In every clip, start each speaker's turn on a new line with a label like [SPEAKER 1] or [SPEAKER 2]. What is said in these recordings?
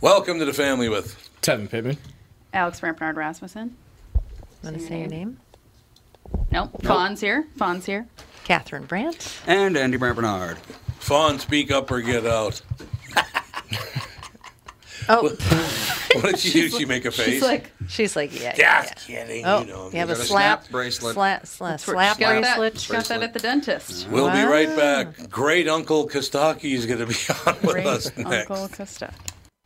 [SPEAKER 1] Welcome to the family with
[SPEAKER 2] Tevin Pittman.
[SPEAKER 3] Alex Rampernard Rasmussen.
[SPEAKER 4] Want to say your name?
[SPEAKER 3] Nope. Fawn's here. Fawn's here.
[SPEAKER 4] Catherine Brandt.
[SPEAKER 5] And Andy Brant Bernard.
[SPEAKER 1] Fawn Speak Up or Get Out.
[SPEAKER 4] Oh,
[SPEAKER 1] What did she do? She make a face?
[SPEAKER 3] She's like,
[SPEAKER 4] she's like, yeah. yeah,
[SPEAKER 1] Just
[SPEAKER 4] yeah.
[SPEAKER 1] kidding.
[SPEAKER 4] Oh,
[SPEAKER 1] you know,
[SPEAKER 4] you have a
[SPEAKER 1] just-
[SPEAKER 4] slap
[SPEAKER 5] snap bracelet.
[SPEAKER 4] Slap, slap,
[SPEAKER 3] that's where-
[SPEAKER 4] slap
[SPEAKER 3] she got
[SPEAKER 4] bracelet.
[SPEAKER 3] That. She got that at the dentist.
[SPEAKER 1] We'll be right
[SPEAKER 3] Ah.
[SPEAKER 4] Wow.
[SPEAKER 1] back. Great Uncle Kostaki is going to be on with
[SPEAKER 3] Great
[SPEAKER 1] us next.
[SPEAKER 3] Uncle Costa.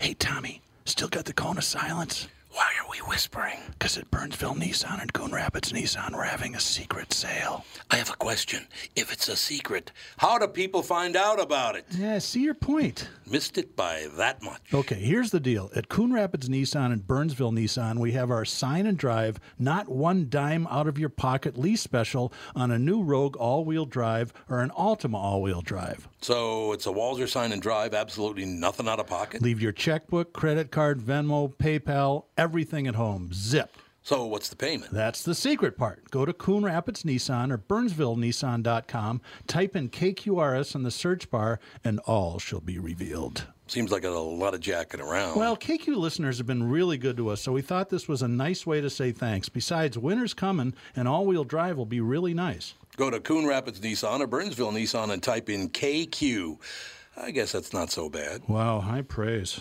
[SPEAKER 6] Hey, Tommy, still got the cone of silence?
[SPEAKER 1] Why are we whispering?
[SPEAKER 6] Because at Burnsville Nissan and Coon Rapids Nissan, we're having a secret sale.
[SPEAKER 1] I have a question. If it's a secret, how do people find out about it?
[SPEAKER 6] Yeah, I see your point.
[SPEAKER 1] Missed it by that much.
[SPEAKER 6] Okay, here's the deal. At Coon Rapids Nissan and Burnsville Nissan, we have our sign and drive, not one dime out of your pocket lease special on a new Rogue all wheel drive or an Altima all wheel drive.
[SPEAKER 1] So it's a Walzer sign and drive, absolutely nothing out of pocket.
[SPEAKER 6] Leave your checkbook, credit card, Venmo, PayPal, everything at home. Zip.
[SPEAKER 1] So what's the payment?
[SPEAKER 6] That's the secret part. Go to Coon Rapids Nissan or BurnsvilleNissan.com, type in KQRS in the search bar, and all shall be revealed.
[SPEAKER 1] Seems like a lot of jacking around.
[SPEAKER 6] Well, KQ listeners have been really good to us, so we thought this was a nice way to say thanks. Besides, winter's coming, and all wheel drive will be really nice.
[SPEAKER 1] Go to Coon Rapids Nissan or Burnsville Nissan and type in KQ. I guess that's not so bad.
[SPEAKER 6] Wow, high praise.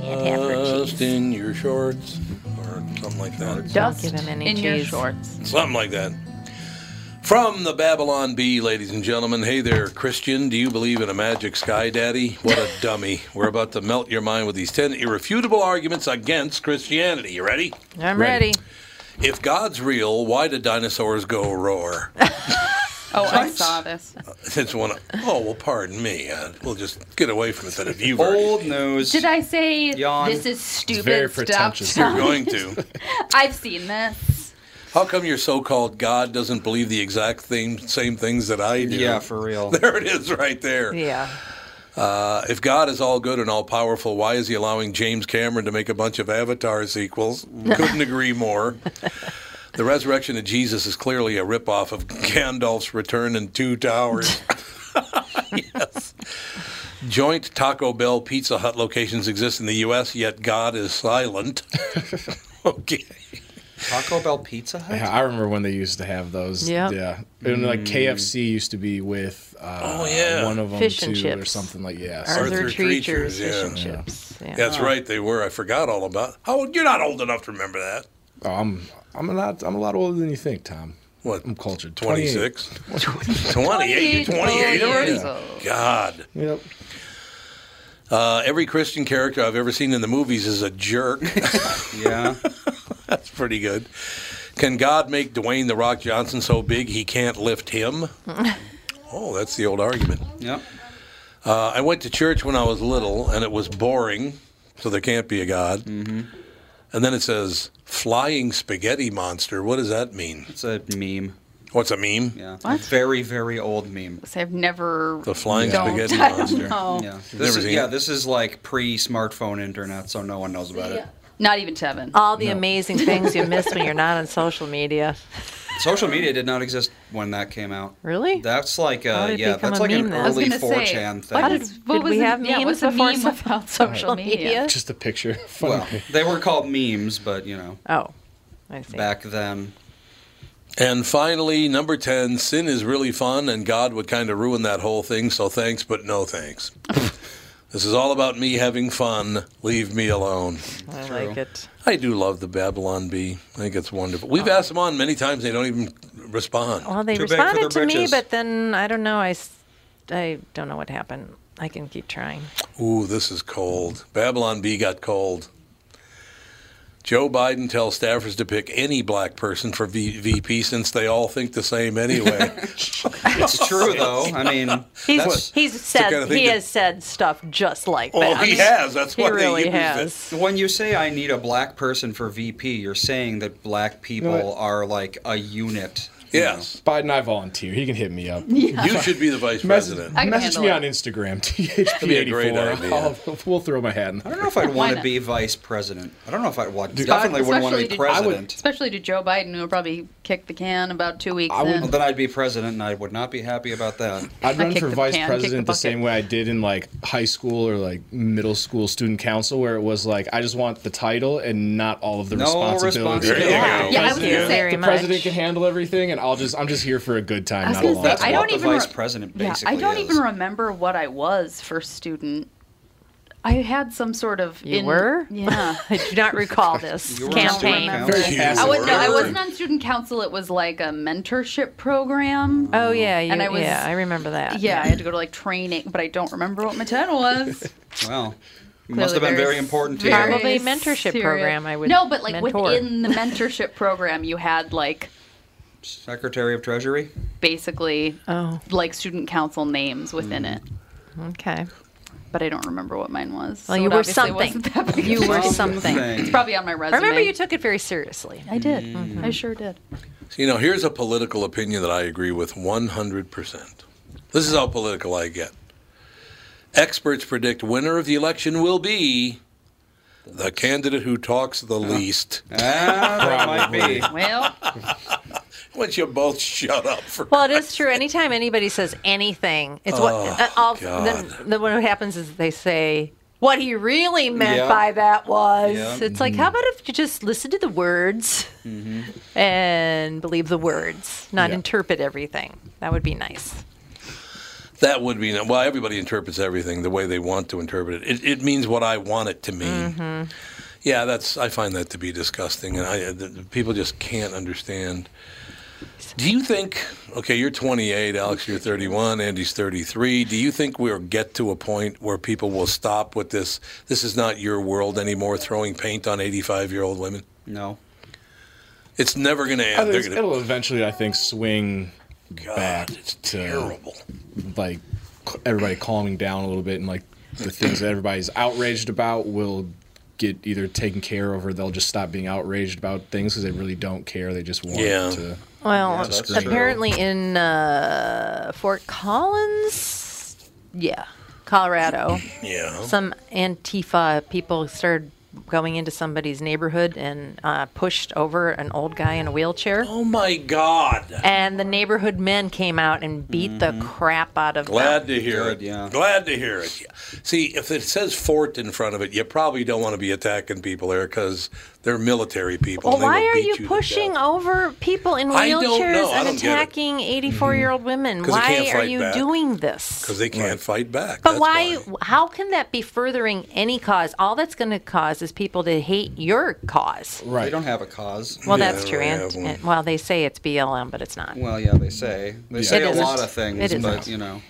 [SPEAKER 4] Can't have her
[SPEAKER 1] Just
[SPEAKER 4] cheese.
[SPEAKER 1] in your shorts or something like that.
[SPEAKER 3] Dust
[SPEAKER 4] give him any
[SPEAKER 3] in your
[SPEAKER 4] cheese.
[SPEAKER 3] shorts.
[SPEAKER 1] Something like that. From the Babylon Bee, ladies and gentlemen. Hey there, Christian. Do you believe in a magic sky daddy? What a dummy. We're about to melt your mind with these 10 irrefutable arguments against Christianity. You ready?
[SPEAKER 4] I'm ready.
[SPEAKER 1] If God's real, why did dinosaurs go roar?
[SPEAKER 3] Oh, I saw this.
[SPEAKER 1] It's one of, oh, well, pardon me. Uh, we'll just get away from it then if you've already
[SPEAKER 5] Old news.
[SPEAKER 3] Did I say
[SPEAKER 5] Yawn.
[SPEAKER 3] this is stupid
[SPEAKER 2] very
[SPEAKER 3] stuff?
[SPEAKER 2] pretentious.
[SPEAKER 1] you're going to.
[SPEAKER 3] I've seen this.
[SPEAKER 1] How come your so-called God doesn't believe the exact thing, same things that I do?
[SPEAKER 5] Yeah, for real.
[SPEAKER 1] There it is, right there.
[SPEAKER 4] Yeah.
[SPEAKER 1] Uh, if God is all good and all powerful, why is He allowing James Cameron to make a bunch of Avatar sequels? Couldn't agree more. the resurrection of Jesus is clearly a ripoff of Gandalf's Return in Two Towers. yes. Joint Taco Bell Pizza Hut locations exist in the U.S., yet God is silent. okay.
[SPEAKER 5] Taco Bell Pizza Hut?
[SPEAKER 2] Yeah, I remember when they used to have those.
[SPEAKER 4] Yep.
[SPEAKER 2] Yeah. And like KFC used to be with uh,
[SPEAKER 1] Oh, yeah.
[SPEAKER 2] one of them
[SPEAKER 4] Fish and
[SPEAKER 2] too, or
[SPEAKER 4] chips.
[SPEAKER 2] something like yeah. so-
[SPEAKER 4] Arthur,
[SPEAKER 1] Arthur Treacher's,
[SPEAKER 4] Treacher's
[SPEAKER 1] yeah.
[SPEAKER 4] fish and chips. Yeah.
[SPEAKER 1] That's
[SPEAKER 3] Oh.
[SPEAKER 1] right, they were. I forgot all about. How you're not old enough to remember that?
[SPEAKER 2] oh, I'm I'm a lot I'm a lot older than you think, Tom.
[SPEAKER 1] What?
[SPEAKER 2] I'm cultured. 28.
[SPEAKER 1] 26, 28,
[SPEAKER 3] Oh,
[SPEAKER 1] 28
[SPEAKER 3] years
[SPEAKER 1] already.
[SPEAKER 3] old.
[SPEAKER 1] God,
[SPEAKER 2] Yep.
[SPEAKER 1] uh, every Christian character I've ever seen in the movies is a jerk.
[SPEAKER 5] Yeah.
[SPEAKER 1] That's pretty good. Can God make Dwayne the Rock Johnson so big he can't lift him? oh, that's the old argument.
[SPEAKER 5] yep.
[SPEAKER 1] Uh, I went to church when I was little, and it was boring, so there can't be a God.
[SPEAKER 2] Mm-hmm.
[SPEAKER 1] And then it says flying spaghetti monster. What does that mean?
[SPEAKER 5] It's a meme.
[SPEAKER 1] What's a meme?
[SPEAKER 5] Yeah.
[SPEAKER 3] What?
[SPEAKER 5] Very, very old meme.
[SPEAKER 3] So I've never.
[SPEAKER 1] The flying
[SPEAKER 3] don't,
[SPEAKER 1] spaghetti
[SPEAKER 3] I don't
[SPEAKER 1] monster.
[SPEAKER 4] Oh.
[SPEAKER 3] know.
[SPEAKER 5] Yeah. This
[SPEAKER 1] never
[SPEAKER 5] is,
[SPEAKER 1] seen
[SPEAKER 5] yeah,
[SPEAKER 1] it?
[SPEAKER 5] this is like pre smartphone internet, so no one knows about it.
[SPEAKER 3] Not even Tevin.
[SPEAKER 4] All the amazing things you miss when you're not on social media.
[SPEAKER 5] Social media did not exist when that came out.
[SPEAKER 4] Really?
[SPEAKER 5] That's like
[SPEAKER 4] How
[SPEAKER 5] a
[SPEAKER 4] did it
[SPEAKER 5] yeah,
[SPEAKER 4] become
[SPEAKER 5] that's
[SPEAKER 4] a
[SPEAKER 5] like an
[SPEAKER 4] meme then? I was
[SPEAKER 5] early
[SPEAKER 3] gonna say,
[SPEAKER 5] 4chan thing.
[SPEAKER 3] what
[SPEAKER 4] How did,
[SPEAKER 3] is-
[SPEAKER 4] did
[SPEAKER 3] what was
[SPEAKER 4] we
[SPEAKER 3] the-
[SPEAKER 4] have
[SPEAKER 3] yeah,
[SPEAKER 4] memes
[SPEAKER 3] what's a
[SPEAKER 4] before
[SPEAKER 3] meme
[SPEAKER 4] so-
[SPEAKER 3] without social media?
[SPEAKER 2] Just a picture. Funny.
[SPEAKER 5] well, they were called memes, but you know,
[SPEAKER 4] Oh, I see.
[SPEAKER 5] back then.
[SPEAKER 1] And finally, number 10, sin is really fun, and God would kind of ruin that whole thing, so thanks, but no thanks. This is all about me having fun. Leave me alone.
[SPEAKER 4] I like it.
[SPEAKER 1] I do love the Babylon Bee. I think it's wonderful. We've asked them on many times. They don't even respond.
[SPEAKER 4] Well, they
[SPEAKER 5] Too big for their
[SPEAKER 4] responded to me,
[SPEAKER 5] britches.
[SPEAKER 4] but then I don't know. I, s- I don't know what happened. I can keep trying.
[SPEAKER 1] Ooh, this is cold. Babylon B got cold. Joe Biden tells staffers to pick any black person for v- VP since they all think the same anyway.
[SPEAKER 5] It's true though. I mean,
[SPEAKER 4] He's
[SPEAKER 5] that's
[SPEAKER 4] he's
[SPEAKER 1] the
[SPEAKER 4] said
[SPEAKER 1] kind of thing
[SPEAKER 4] he
[SPEAKER 1] that-
[SPEAKER 4] has said stuff just like
[SPEAKER 1] Oh,
[SPEAKER 4] that.
[SPEAKER 1] he has. That's
[SPEAKER 4] he
[SPEAKER 1] why they
[SPEAKER 4] really
[SPEAKER 1] used it.
[SPEAKER 4] has.
[SPEAKER 5] when you say I need a black person for VP, you're saying that black people
[SPEAKER 7] know what?
[SPEAKER 5] are like a unit. you
[SPEAKER 1] yes,
[SPEAKER 7] Biden, I volunteer. He can hit me up.
[SPEAKER 1] you should be the vice
[SPEAKER 7] Message,
[SPEAKER 1] president.
[SPEAKER 3] I can
[SPEAKER 7] message
[SPEAKER 3] handle
[SPEAKER 7] me
[SPEAKER 3] it.
[SPEAKER 7] on Instagram,
[SPEAKER 1] be a great idea.
[SPEAKER 7] THP84. We'll throw my hat in.
[SPEAKER 5] know. I don't know if I'd want to
[SPEAKER 3] not?
[SPEAKER 5] be vice president. I don't know if I'd want. Definitely
[SPEAKER 3] I-
[SPEAKER 5] wouldn't want to be
[SPEAKER 3] especially to- I
[SPEAKER 7] would-
[SPEAKER 5] president.
[SPEAKER 3] Especially to Joe Biden, who will probably kick the can about two weeks
[SPEAKER 7] I would-
[SPEAKER 5] Well,
[SPEAKER 3] in.
[SPEAKER 5] then I'd be president, and I would not be happy about that.
[SPEAKER 7] I'd
[SPEAKER 3] I
[SPEAKER 7] run
[SPEAKER 3] kicked
[SPEAKER 7] for
[SPEAKER 3] the
[SPEAKER 7] vice
[SPEAKER 3] can, kicked the
[SPEAKER 7] president the,
[SPEAKER 3] bucket.
[SPEAKER 7] same way I did in like high school or like middle school student council, where it was like I just want the title and not all of the
[SPEAKER 5] No
[SPEAKER 7] responsibility.
[SPEAKER 5] responsibility.
[SPEAKER 1] There you
[SPEAKER 7] Yeah.
[SPEAKER 1] go.
[SPEAKER 7] The
[SPEAKER 3] Yeah, I was
[SPEAKER 7] president-
[SPEAKER 3] gonna say-
[SPEAKER 4] Very
[SPEAKER 7] the president
[SPEAKER 4] much.
[SPEAKER 7] can handle everything, and I'll just I'm just here for a good time.
[SPEAKER 3] I was
[SPEAKER 7] not a
[SPEAKER 3] gonna
[SPEAKER 7] long
[SPEAKER 3] say,
[SPEAKER 5] That's
[SPEAKER 7] time.
[SPEAKER 3] I
[SPEAKER 5] what
[SPEAKER 3] don't
[SPEAKER 5] the
[SPEAKER 3] even
[SPEAKER 5] vice
[SPEAKER 3] re-
[SPEAKER 5] president
[SPEAKER 3] Yeah,
[SPEAKER 5] basically
[SPEAKER 3] I don't
[SPEAKER 5] is.
[SPEAKER 3] even remember what I was for student. I had some sort of.
[SPEAKER 4] You
[SPEAKER 3] in-
[SPEAKER 4] were?
[SPEAKER 3] Yeah.
[SPEAKER 4] I do not recall this
[SPEAKER 5] You were on
[SPEAKER 4] campaign.
[SPEAKER 5] student
[SPEAKER 7] Very
[SPEAKER 5] council.
[SPEAKER 7] passive.
[SPEAKER 3] I was no, I
[SPEAKER 1] Word.
[SPEAKER 3] wasn't on student council. It was like a mentorship program.
[SPEAKER 5] Mm.
[SPEAKER 4] Oh yeah, you,
[SPEAKER 3] And I was-
[SPEAKER 4] yeah, I remember that.
[SPEAKER 3] yeah, I had to go to like training, but I don't remember what my title was.
[SPEAKER 5] Well, it must have been very important to you.
[SPEAKER 4] very- Probably mentorship program, I would
[SPEAKER 3] no, but like
[SPEAKER 4] mentor.
[SPEAKER 3] within the mentorship program, you had like
[SPEAKER 5] Secretary of Treasury.
[SPEAKER 3] basically
[SPEAKER 4] Oh,
[SPEAKER 3] like student council names within
[SPEAKER 5] Mm.
[SPEAKER 3] it,
[SPEAKER 4] okay.
[SPEAKER 3] but I don't remember what mine was.
[SPEAKER 4] Well,
[SPEAKER 3] so
[SPEAKER 4] you
[SPEAKER 3] it
[SPEAKER 4] were
[SPEAKER 3] obviously
[SPEAKER 4] something.
[SPEAKER 3] wasn't that big
[SPEAKER 4] You
[SPEAKER 3] of a
[SPEAKER 4] were
[SPEAKER 3] deal.
[SPEAKER 4] something.
[SPEAKER 3] It's probably on my resume. Mm-hmm.
[SPEAKER 4] I remember you took it very seriously.
[SPEAKER 3] I did. I sure did.
[SPEAKER 1] You know, here's a political opinion that I agree with 100%. This is how political I get. Experts predict winner of the election will be the candidate who talks the least.
[SPEAKER 5] Ah, that might be.
[SPEAKER 3] Well,
[SPEAKER 1] Would you both shut up for
[SPEAKER 4] Well, it is true. Anytime anybody says anything, it's what uh, all, then,
[SPEAKER 1] God.
[SPEAKER 4] then what happens is they say what he really meant
[SPEAKER 5] Yeah.
[SPEAKER 4] by that was.
[SPEAKER 5] Yeah.
[SPEAKER 4] It's like, how about if you just listen to the words and believe the words, not
[SPEAKER 7] Yeah.
[SPEAKER 4] interpret everything? That would be nice.
[SPEAKER 1] That would be well. Everybody interprets everything the way they want to interpret it. It, it means what I want it to mean. Yeah, that's. I find that to be disgusting, and I, the, the people just can't understand. Do you think? Okay, you're 28, Alex. You're 31. Andy's 33. Do you think we'll get to a point where people will stop with this? This is not your world anymore. Throwing paint on 85 year old women.
[SPEAKER 5] No.
[SPEAKER 1] It's never going to
[SPEAKER 7] I
[SPEAKER 1] end.
[SPEAKER 7] think
[SPEAKER 1] They're
[SPEAKER 7] it's-
[SPEAKER 1] going to.
[SPEAKER 7] it'll eventually, I think, swing back
[SPEAKER 1] God, it's
[SPEAKER 7] to
[SPEAKER 1] terrible.
[SPEAKER 7] like c- everybody calming down a little bit, and like the things that everybody's outraged about will get either taken care of, or they'll just stop being outraged about things because they really don't care. They just want
[SPEAKER 1] Yeah.
[SPEAKER 7] to.
[SPEAKER 4] Well,
[SPEAKER 5] that's true.
[SPEAKER 4] apparently in uh, Fort Collins, yeah, Colorado,
[SPEAKER 1] Yeah.
[SPEAKER 4] some Antifa people started going into somebody's neighborhood and uh, pushed over an old guy in a wheelchair.
[SPEAKER 1] oh my God.
[SPEAKER 4] And the neighborhood men came out and beat the crap out of
[SPEAKER 1] Mm-hmm. Glad
[SPEAKER 4] them.
[SPEAKER 1] to hear
[SPEAKER 5] Good,
[SPEAKER 1] it.
[SPEAKER 5] yeah.
[SPEAKER 1] Glad to hear it. Yeah. See, if it says fort in front of it, you probably don't want to be attacking people there because they're military people.
[SPEAKER 4] Well,
[SPEAKER 1] and they will
[SPEAKER 4] why are
[SPEAKER 1] beat
[SPEAKER 4] you
[SPEAKER 1] to
[SPEAKER 4] pushing
[SPEAKER 1] death.
[SPEAKER 4] over people in
[SPEAKER 1] I don't know.
[SPEAKER 4] wheelchairs
[SPEAKER 1] I don't
[SPEAKER 4] and
[SPEAKER 1] get it. Mm-hmm.
[SPEAKER 4] attacking 84 year old women?
[SPEAKER 1] 'Cause they can't
[SPEAKER 4] Why are
[SPEAKER 1] fight
[SPEAKER 4] you
[SPEAKER 1] back.
[SPEAKER 4] doing this?
[SPEAKER 1] Because they can't fight back.
[SPEAKER 4] But
[SPEAKER 1] That's
[SPEAKER 4] why, How can that be furthering any cause? All that's going to cause is people to hate your cause.
[SPEAKER 7] Right.
[SPEAKER 5] They don't have a cause.
[SPEAKER 4] Well,
[SPEAKER 1] Yeah,
[SPEAKER 4] that's
[SPEAKER 1] they
[SPEAKER 4] true.
[SPEAKER 1] don't
[SPEAKER 4] And,
[SPEAKER 1] have one.
[SPEAKER 4] and- well, they say it's BLM, but it's not.
[SPEAKER 5] Well, yeah, they say. They say
[SPEAKER 7] It
[SPEAKER 5] a
[SPEAKER 4] isn't.
[SPEAKER 5] lot of things,
[SPEAKER 4] It
[SPEAKER 5] but,
[SPEAKER 4] isn't.
[SPEAKER 5] you know.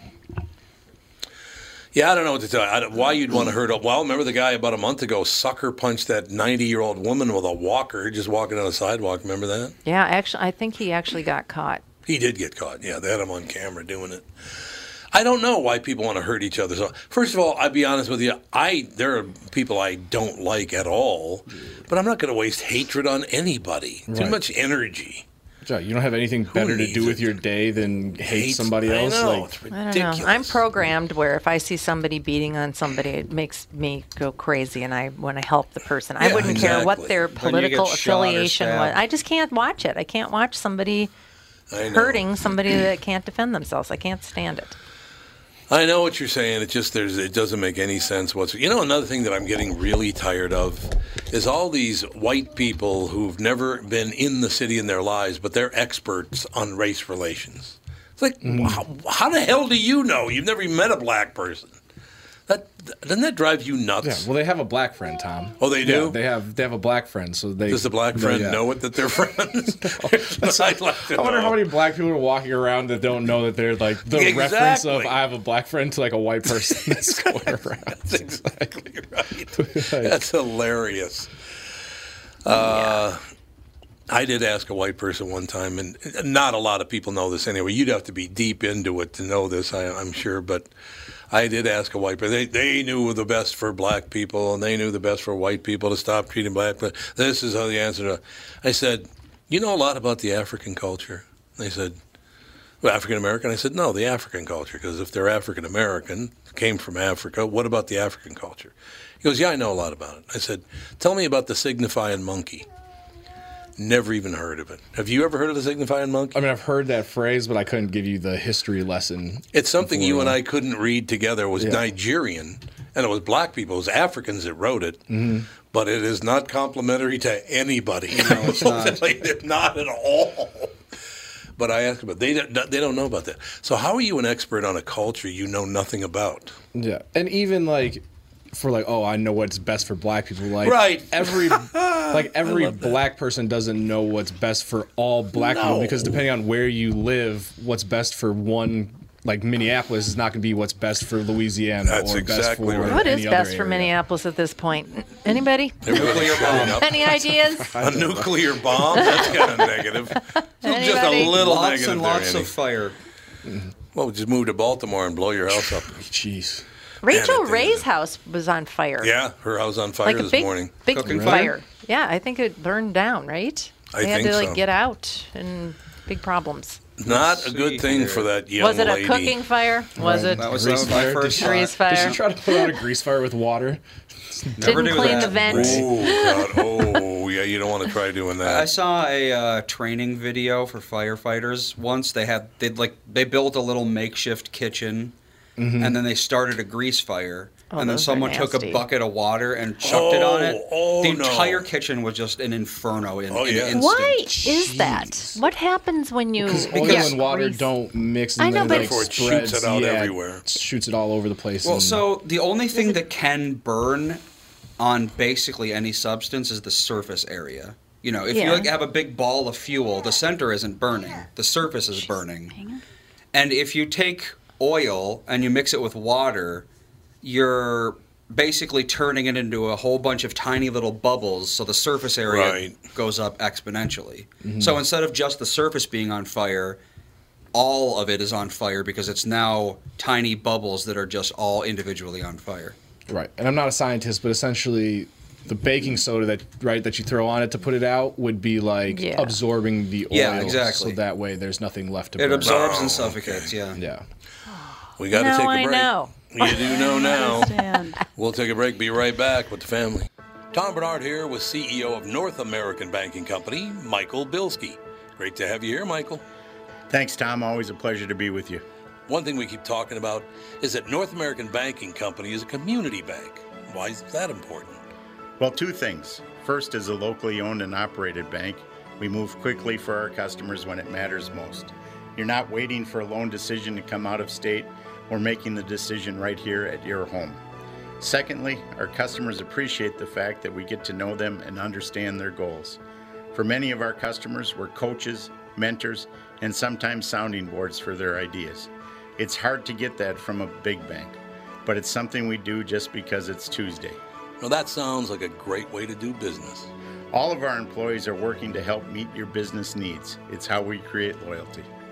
[SPEAKER 1] Yeah, I don't know what to tell you. I don't- why you'd want to hurt. A, well, remember the guy about a month ago sucker punched that 90 year old woman with a walker just walking on the sidewalk. Remember that?
[SPEAKER 4] Yeah, actually, I think he actually got caught.
[SPEAKER 1] He did get caught. Yeah, they had him on camera doing it. I don't know why people want to hurt each other. So, first of all, I'll be honest with you. I there are people I don't like at all, but I'm not going to waste hatred on anybody. Too
[SPEAKER 7] Right.
[SPEAKER 1] much energy.
[SPEAKER 7] Yeah, you don't have anything better to do
[SPEAKER 1] needs
[SPEAKER 7] with
[SPEAKER 1] it?
[SPEAKER 7] your day than hate,
[SPEAKER 1] Hate-
[SPEAKER 7] somebody
[SPEAKER 1] I
[SPEAKER 7] else.
[SPEAKER 1] know,
[SPEAKER 7] Like,
[SPEAKER 1] it's
[SPEAKER 4] I
[SPEAKER 1] ridiculous.
[SPEAKER 4] don't know. I'm programmed where if I see somebody beating on somebody, it makes me go crazy, and I want to help the person. I
[SPEAKER 1] Yeah,
[SPEAKER 4] wouldn't care
[SPEAKER 1] exactly.
[SPEAKER 4] what their
[SPEAKER 1] Then
[SPEAKER 5] you get
[SPEAKER 4] political
[SPEAKER 5] shot or
[SPEAKER 4] affiliation was.
[SPEAKER 5] stabbed.
[SPEAKER 4] I just can't watch it. I can't watch somebody
[SPEAKER 1] I know.
[SPEAKER 4] hurting somebody that can't defend themselves. I can't stand it.
[SPEAKER 1] I know what you're saying. It just there's it doesn't make any sense whatsoever. You know, another thing that I'm getting really tired of is all these white people who've never been in the city in their lives, but they're experts on race
[SPEAKER 7] Mm.
[SPEAKER 1] relations. It's like, how, how the hell do you know? You've never even met a black person. That Doesn't that drive you
[SPEAKER 7] Yeah,
[SPEAKER 1] nuts?
[SPEAKER 7] well, they have a black friend, Tom.
[SPEAKER 1] Oh, they
[SPEAKER 7] Yeah,
[SPEAKER 1] do?
[SPEAKER 7] they have they have a black friend, so they.
[SPEAKER 1] Does the black
[SPEAKER 7] they-
[SPEAKER 1] friend
[SPEAKER 7] yeah.
[SPEAKER 1] know it that they're friends? I'd like to
[SPEAKER 7] I wonder
[SPEAKER 1] know.
[SPEAKER 7] how many black people are walking around that don't know that they're like the reference of
[SPEAKER 1] Exactly.
[SPEAKER 7] I have a black friend to like a white person that's going around.
[SPEAKER 1] That's exactly right. That's hilarious. Uh, I did ask a white person one time, and not a lot of people know this anyway. You'd have to be deep into it to know this, I, I'm sure. But I did ask a white person. They, they knew the best for black people, and they knew the best for white people to stop treating black. But this is how the answer. To, I said, "You know a lot about the African culture." They said, well, African American? I said, no, the African culture, because if they're African American, came from Africa, what about the African culture? He goes, yeah, I know a lot about it. I said, tell me about the signifying monkey. Never even heard of it. Have you ever heard of the signifying monkey?
[SPEAKER 7] I mean, I've heard that phrase, but I couldn't give you the history lesson.
[SPEAKER 1] It's something you and I couldn't read together. It was Nigerian, and it was black people, it was Africans that wrote it.
[SPEAKER 5] Mm-hmm.
[SPEAKER 1] But it is not complimentary to anybody. No,
[SPEAKER 5] it's not.
[SPEAKER 1] not at all. But I asked about they don't, they don't know about that. So how are you an expert on a culture you know nothing about?
[SPEAKER 7] Yeah, and even like for like, oh, I know what's best for black people. Like,
[SPEAKER 1] Right.
[SPEAKER 7] Every like every black person doesn't know what's best for all black people
[SPEAKER 1] No.
[SPEAKER 7] because depending on where you live, what's best for one. Like Minneapolis is not going to be what's best for Louisiana
[SPEAKER 1] That's
[SPEAKER 7] or
[SPEAKER 1] exactly
[SPEAKER 7] best for
[SPEAKER 1] right.
[SPEAKER 4] What is
[SPEAKER 7] any
[SPEAKER 4] best
[SPEAKER 7] other
[SPEAKER 4] for
[SPEAKER 7] area.
[SPEAKER 4] Minneapolis at this point? Anybody?
[SPEAKER 1] Nuclear bomb.
[SPEAKER 4] Any ideas?
[SPEAKER 1] A nuclear bomb? That's kind of negative. Just a
[SPEAKER 4] Anybody?
[SPEAKER 1] little
[SPEAKER 5] lots
[SPEAKER 1] negative
[SPEAKER 5] and
[SPEAKER 1] there,
[SPEAKER 5] lots
[SPEAKER 1] Andy.
[SPEAKER 5] of fire.
[SPEAKER 1] Well, just move to Baltimore and blow your house up.
[SPEAKER 7] Jeez.
[SPEAKER 4] Rachel
[SPEAKER 1] it is.
[SPEAKER 4] Ray's house was on fire.
[SPEAKER 1] Yeah, her house on fire
[SPEAKER 4] like a
[SPEAKER 1] this
[SPEAKER 4] big,
[SPEAKER 1] morning.
[SPEAKER 4] big
[SPEAKER 5] Cooking
[SPEAKER 4] fire.
[SPEAKER 5] fire?
[SPEAKER 4] Yeah, I think it burned down. Right?
[SPEAKER 1] I
[SPEAKER 4] they had
[SPEAKER 1] think
[SPEAKER 4] to like
[SPEAKER 1] so.
[SPEAKER 4] get out and big problems.
[SPEAKER 1] Not a good
[SPEAKER 5] see
[SPEAKER 1] thing
[SPEAKER 5] here.
[SPEAKER 1] for that young
[SPEAKER 4] Was it a
[SPEAKER 1] lady.
[SPEAKER 4] cooking fire? Was it?
[SPEAKER 5] That was
[SPEAKER 7] Grease
[SPEAKER 5] my
[SPEAKER 7] fire,
[SPEAKER 5] first
[SPEAKER 7] did
[SPEAKER 5] thought.
[SPEAKER 4] Grease
[SPEAKER 7] Did
[SPEAKER 4] fire.
[SPEAKER 7] she try to put out a grease fire with water?
[SPEAKER 5] Never
[SPEAKER 4] Didn't
[SPEAKER 5] do
[SPEAKER 4] clean
[SPEAKER 5] that.
[SPEAKER 4] the vent.
[SPEAKER 1] Oh, God. Oh, yeah, you don't want to try doing
[SPEAKER 5] I
[SPEAKER 1] that.
[SPEAKER 5] saw a uh, training video for firefighters once. They had they would like they built a little makeshift kitchen,
[SPEAKER 1] Mm-hmm.
[SPEAKER 5] and then they started a grease fire.
[SPEAKER 4] Oh,
[SPEAKER 5] and then
[SPEAKER 4] those are
[SPEAKER 5] someone took a
[SPEAKER 4] nasty.
[SPEAKER 5] bucket of water and chucked it on it.
[SPEAKER 1] Oh, oh,
[SPEAKER 5] the
[SPEAKER 1] no.
[SPEAKER 5] entire kitchen was just an inferno in,
[SPEAKER 1] Oh,
[SPEAKER 5] in
[SPEAKER 1] yeah.
[SPEAKER 5] an instant.
[SPEAKER 4] Why is that? What happens when you
[SPEAKER 7] Oil
[SPEAKER 4] get
[SPEAKER 7] and water
[SPEAKER 4] grease?
[SPEAKER 7] don't mix.
[SPEAKER 4] I
[SPEAKER 7] And
[SPEAKER 4] know,
[SPEAKER 7] then
[SPEAKER 4] but-
[SPEAKER 7] like,
[SPEAKER 1] Therefore, it shoots
[SPEAKER 7] spreads.
[SPEAKER 1] it out
[SPEAKER 7] yeah,
[SPEAKER 1] everywhere.
[SPEAKER 7] it Shoots it all over the place.
[SPEAKER 5] Well,
[SPEAKER 7] and-
[SPEAKER 5] so the only thing that can burn on basically any substance is the surface area. You know, if you
[SPEAKER 4] Yeah.
[SPEAKER 5] like, have a big ball of fuel, the center isn't burning, the surface is burning. And if you take oil and you mix it with water, you're basically turning it into a whole bunch of tiny little bubbles, so the surface area
[SPEAKER 1] Right. Mm-hmm.
[SPEAKER 5] goes up exponentially. So instead of just the surface being on fire, all of it is on fire because it's now tiny bubbles that are just all individually on fire.
[SPEAKER 7] Right. And I'm not a scientist, but essentially the baking soda that right that you throw on it to put it out would be like
[SPEAKER 4] Yeah.
[SPEAKER 7] absorbing the oil
[SPEAKER 5] Yeah, exactly.
[SPEAKER 7] so that way there's nothing left to
[SPEAKER 5] It
[SPEAKER 7] burn.
[SPEAKER 5] absorbs
[SPEAKER 1] Oh,
[SPEAKER 5] and suffocates, yeah.
[SPEAKER 7] yeah.
[SPEAKER 1] We got to
[SPEAKER 4] Now
[SPEAKER 1] take a
[SPEAKER 4] I
[SPEAKER 1] break.
[SPEAKER 4] know.
[SPEAKER 1] You do know now.
[SPEAKER 3] Man.
[SPEAKER 1] We'll take a break. Be right back with the family. Tom Bernard here with CEO of North American Banking Company, Michael Bilski. Great to have you here, Michael.
[SPEAKER 8] Thanks, Tom. Always a pleasure to be with you.
[SPEAKER 1] One thing we keep talking about is that North American Banking Company is a community bank. Why is that important?
[SPEAKER 8] Well, two things. First, as a locally owned and operated bank, we move quickly for our customers when it matters most. You're not waiting for a loan decision to come out of state or making the decision right here at your home. Secondly, our customers appreciate the fact that we get to know them and understand their goals. For many of our customers, we're coaches, mentors, and sometimes sounding boards for their ideas. It's hard to get that from a big bank, but it's something we do just because it's Tuesday.
[SPEAKER 1] Well, that sounds like a great way to do business.
[SPEAKER 8] All of our employees are working to help meet your business needs. It's how we create loyalty.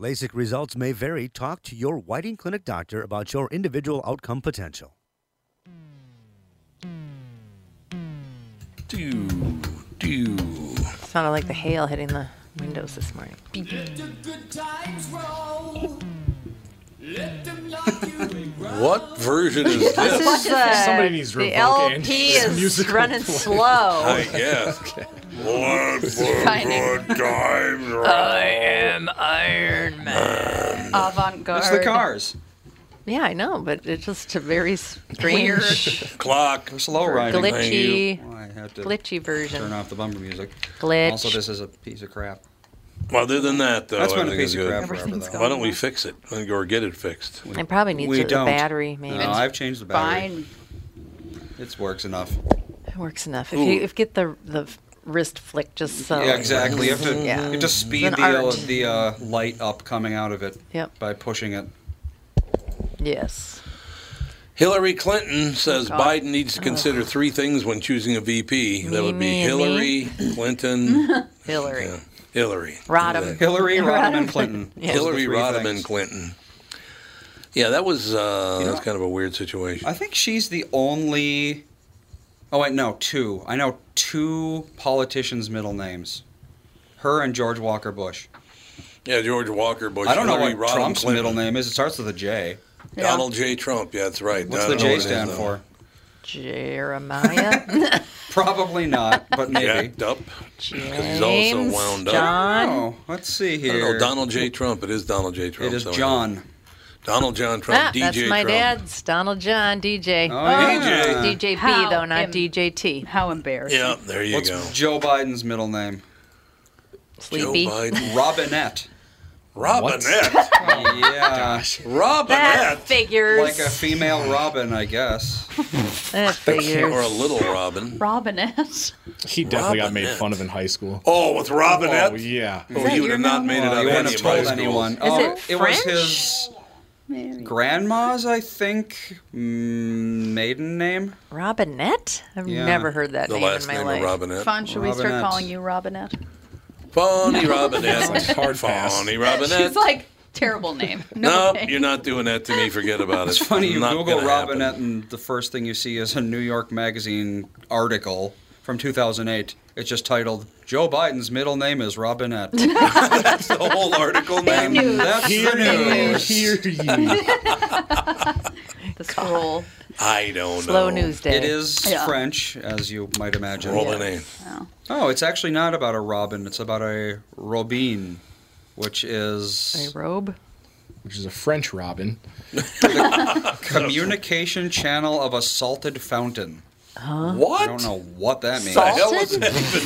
[SPEAKER 9] LASIK results may vary. Talk to your Whiting Clinic doctor about your individual outcome potential.
[SPEAKER 1] Do, do.
[SPEAKER 4] Sounded like the hail hitting the windows this morning. Beep.
[SPEAKER 1] What version is
[SPEAKER 4] This
[SPEAKER 1] this?
[SPEAKER 4] is uh,
[SPEAKER 7] Somebody needs to
[SPEAKER 4] the
[SPEAKER 7] revoke
[SPEAKER 4] LP
[SPEAKER 7] Andy's
[SPEAKER 4] is
[SPEAKER 7] musical
[SPEAKER 4] running
[SPEAKER 7] play.
[SPEAKER 4] slow.
[SPEAKER 1] I guess. What
[SPEAKER 3] Finding-
[SPEAKER 1] good times
[SPEAKER 4] am Iron Man.
[SPEAKER 3] Avant garde.
[SPEAKER 5] It's the cars.
[SPEAKER 4] Yeah, I know, but it's just a very strange,
[SPEAKER 1] clock.
[SPEAKER 5] Slow riding.
[SPEAKER 4] glitchy,
[SPEAKER 5] Well, I have to
[SPEAKER 4] glitchy
[SPEAKER 5] turn
[SPEAKER 4] version.
[SPEAKER 5] off the bumper music.
[SPEAKER 4] Glitch.
[SPEAKER 5] Also, this is a piece of crap.
[SPEAKER 1] Other than that, though,
[SPEAKER 5] That's been a
[SPEAKER 1] everything is
[SPEAKER 5] piece of crap
[SPEAKER 1] good.
[SPEAKER 5] forever,
[SPEAKER 3] Everything's
[SPEAKER 5] though.
[SPEAKER 1] Why don't we fix it or get it fixed?
[SPEAKER 4] It probably needs
[SPEAKER 5] we
[SPEAKER 4] a
[SPEAKER 5] don't.
[SPEAKER 4] battery, maybe.
[SPEAKER 5] No, I've changed the battery.
[SPEAKER 3] Fine.
[SPEAKER 5] It works enough.
[SPEAKER 4] It works enough. If you if get the the wrist flick just so.
[SPEAKER 5] yeah, exactly. You have to,
[SPEAKER 4] Mm-hmm. Yeah.
[SPEAKER 5] you have to speed
[SPEAKER 4] It's
[SPEAKER 5] the
[SPEAKER 4] an
[SPEAKER 5] uh,
[SPEAKER 4] art.
[SPEAKER 5] the uh, light up coming out of it
[SPEAKER 4] Yep.
[SPEAKER 5] by pushing it.
[SPEAKER 4] Yes.
[SPEAKER 1] Hillary Clinton says
[SPEAKER 3] God.
[SPEAKER 1] Biden needs to consider three things when choosing a VP. that
[SPEAKER 4] Me,
[SPEAKER 1] would be
[SPEAKER 4] me, and
[SPEAKER 1] Hillary,
[SPEAKER 4] me.
[SPEAKER 1] Clinton,
[SPEAKER 4] Hillary.
[SPEAKER 1] yeah, Hillary.
[SPEAKER 4] Rodham.
[SPEAKER 5] Hillary, Rodham, and Clinton. Those are the
[SPEAKER 1] Hillary
[SPEAKER 5] three
[SPEAKER 1] Rodham
[SPEAKER 5] things.
[SPEAKER 1] and Clinton. Yeah, that was uh,
[SPEAKER 5] know-
[SPEAKER 1] that's kind of a weird situation.
[SPEAKER 5] I think she's the only. Oh wait, no, two. I know two politicians' middle names. Her and George Walker Bush.
[SPEAKER 1] yeah, George Walker Bush.
[SPEAKER 5] I don't know
[SPEAKER 1] Hillary
[SPEAKER 5] what
[SPEAKER 1] Rodham
[SPEAKER 5] Trump's
[SPEAKER 1] Clinton.
[SPEAKER 5] middle name is. It starts with a J.
[SPEAKER 3] Yeah.
[SPEAKER 1] Donald J. Trump. Yeah, that's right.
[SPEAKER 5] What's
[SPEAKER 1] I
[SPEAKER 5] the
[SPEAKER 1] don't know
[SPEAKER 5] J
[SPEAKER 1] what it is,
[SPEAKER 5] stand
[SPEAKER 1] though.
[SPEAKER 5] for?
[SPEAKER 4] Jeremiah.
[SPEAKER 5] Probably not, but maybe.
[SPEAKER 1] Jacked up.
[SPEAKER 4] James.
[SPEAKER 1] also wound up.
[SPEAKER 4] John.
[SPEAKER 5] Oh, let's see
[SPEAKER 1] I
[SPEAKER 5] here.
[SPEAKER 1] don't know. Donald J. Trump. It is Donald J. Trump.
[SPEAKER 5] it is
[SPEAKER 1] Oh, so I-
[SPEAKER 5] John.
[SPEAKER 1] Donald John Trump.
[SPEAKER 4] Ah,
[SPEAKER 1] DJ
[SPEAKER 4] that's my
[SPEAKER 1] Trump.
[SPEAKER 4] dad's Donb John DJ.
[SPEAKER 5] Oh, yeah.
[SPEAKER 4] it's DJP
[SPEAKER 3] How
[SPEAKER 4] though, not
[SPEAKER 3] im-
[SPEAKER 4] DJT.
[SPEAKER 3] How embarrassing.
[SPEAKER 1] Yeah, there you
[SPEAKER 5] What's
[SPEAKER 1] go.
[SPEAKER 5] Joe Biden's middle name?
[SPEAKER 4] Sleepy.
[SPEAKER 1] Joe Biden.
[SPEAKER 5] Robinette.
[SPEAKER 1] Robinette.
[SPEAKER 5] yeah.
[SPEAKER 4] That
[SPEAKER 1] Robinette.
[SPEAKER 4] Ah, figures.
[SPEAKER 5] Like a female Robin, I guess.
[SPEAKER 4] that figures.
[SPEAKER 1] Or a little Robin.
[SPEAKER 3] Robinette.
[SPEAKER 7] He definitely got made
[SPEAKER 1] Robinette.
[SPEAKER 7] fun of in high school.
[SPEAKER 1] Oh, with Robinette.
[SPEAKER 7] Oh yeah.
[SPEAKER 1] Oh, you would have not made it
[SPEAKER 5] Well,
[SPEAKER 1] out
[SPEAKER 5] you
[SPEAKER 1] of
[SPEAKER 5] wouldn't
[SPEAKER 1] any
[SPEAKER 5] have
[SPEAKER 1] of my
[SPEAKER 5] told
[SPEAKER 1] schools.
[SPEAKER 5] anyone.
[SPEAKER 4] Is
[SPEAKER 5] oh,
[SPEAKER 4] it
[SPEAKER 5] was
[SPEAKER 4] French?
[SPEAKER 5] his grandma's, I think, mm, maiden name.
[SPEAKER 4] Robinette? I've
[SPEAKER 5] Yeah.
[SPEAKER 4] never heard that
[SPEAKER 1] The
[SPEAKER 4] name
[SPEAKER 1] last
[SPEAKER 4] in my
[SPEAKER 1] name
[SPEAKER 4] life.
[SPEAKER 1] of Robinette.
[SPEAKER 3] Fun. Should we start
[SPEAKER 5] Robinette.
[SPEAKER 3] calling you Robinette?
[SPEAKER 1] Phony Robinette.
[SPEAKER 7] Like hard pass.
[SPEAKER 1] Phony
[SPEAKER 3] She's
[SPEAKER 1] Robinette.
[SPEAKER 3] like terrible name. No,
[SPEAKER 1] No,
[SPEAKER 3] thanks.
[SPEAKER 1] you're not doing that to me. Forget about it.
[SPEAKER 5] It's funny, you
[SPEAKER 1] Not
[SPEAKER 5] Google
[SPEAKER 1] gonna happen.
[SPEAKER 5] Robinette, and the first thing you see is a New York Magazine article from 2008. It's just titled, Joe Biden's middle name is Robinette. That's the whole article name.
[SPEAKER 3] news.
[SPEAKER 5] That's the news.
[SPEAKER 7] Hear ye.
[SPEAKER 3] the scroll.
[SPEAKER 1] I don't know.
[SPEAKER 4] Slow news day.
[SPEAKER 5] It is
[SPEAKER 3] Yeah.
[SPEAKER 5] French, as you might imagine.
[SPEAKER 1] Roll the name.
[SPEAKER 3] Oh.
[SPEAKER 5] Oh, it's actually not about a robin. It's about a robin, which
[SPEAKER 4] A
[SPEAKER 5] is
[SPEAKER 4] robe.
[SPEAKER 7] Which is a French Robin.
[SPEAKER 5] communication channel of a salted fountain.
[SPEAKER 1] What?
[SPEAKER 5] I don't know what that means.
[SPEAKER 1] What the hell was that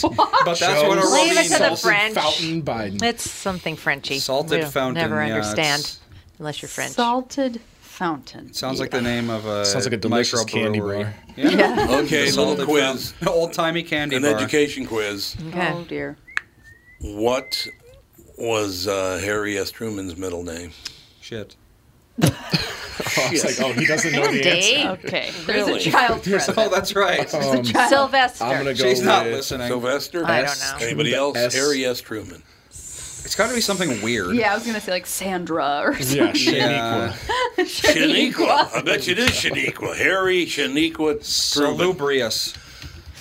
[SPEAKER 1] even?
[SPEAKER 5] But that's what a
[SPEAKER 7] Joe's
[SPEAKER 4] Leave it
[SPEAKER 5] robin
[SPEAKER 4] to the
[SPEAKER 7] Salted
[SPEAKER 4] French.
[SPEAKER 7] Fountain Biden.
[SPEAKER 4] It's something Frenchy.
[SPEAKER 5] Salted
[SPEAKER 4] We'll
[SPEAKER 5] fountain.
[SPEAKER 4] Never
[SPEAKER 5] yeah,
[SPEAKER 4] understand
[SPEAKER 5] it's-
[SPEAKER 4] unless you're French.
[SPEAKER 3] Salted fountain.
[SPEAKER 5] Sounds like the name of a
[SPEAKER 7] Sounds like a delicious candy
[SPEAKER 5] microbrewery.
[SPEAKER 7] bar.
[SPEAKER 5] Yeah.
[SPEAKER 1] okay, little
[SPEAKER 5] Salted
[SPEAKER 1] quiz.
[SPEAKER 5] fountain. Old timey candy
[SPEAKER 1] An
[SPEAKER 5] bar.
[SPEAKER 1] education quiz.
[SPEAKER 4] Okay.
[SPEAKER 3] Oh dear.
[SPEAKER 1] What was uh, Harry S. Truman's middle name?
[SPEAKER 5] Shit.
[SPEAKER 7] Oh, I was like, oh, he doesn't know the answer.
[SPEAKER 4] Dave.
[SPEAKER 3] Okay. There's
[SPEAKER 1] Really?
[SPEAKER 3] a child
[SPEAKER 5] Oh,
[SPEAKER 3] present.
[SPEAKER 5] that's right.
[SPEAKER 4] Sylvester.
[SPEAKER 7] I'm gonna go.
[SPEAKER 5] She's not
[SPEAKER 7] with-
[SPEAKER 5] listening.
[SPEAKER 1] Sylvester?
[SPEAKER 4] I don't know.
[SPEAKER 1] Anybody
[SPEAKER 7] The
[SPEAKER 1] else?
[SPEAKER 7] S.
[SPEAKER 1] Harry S. Truman.
[SPEAKER 5] It's got to be something weird.
[SPEAKER 3] Yeah, I was gonna say like Sandra or
[SPEAKER 7] Yeah,
[SPEAKER 5] Yeah.
[SPEAKER 7] Shaniqua.
[SPEAKER 1] Shaniqua. I bet you it is Shaniqua. Harry Shaniqua Truman.
[SPEAKER 5] Salubrious.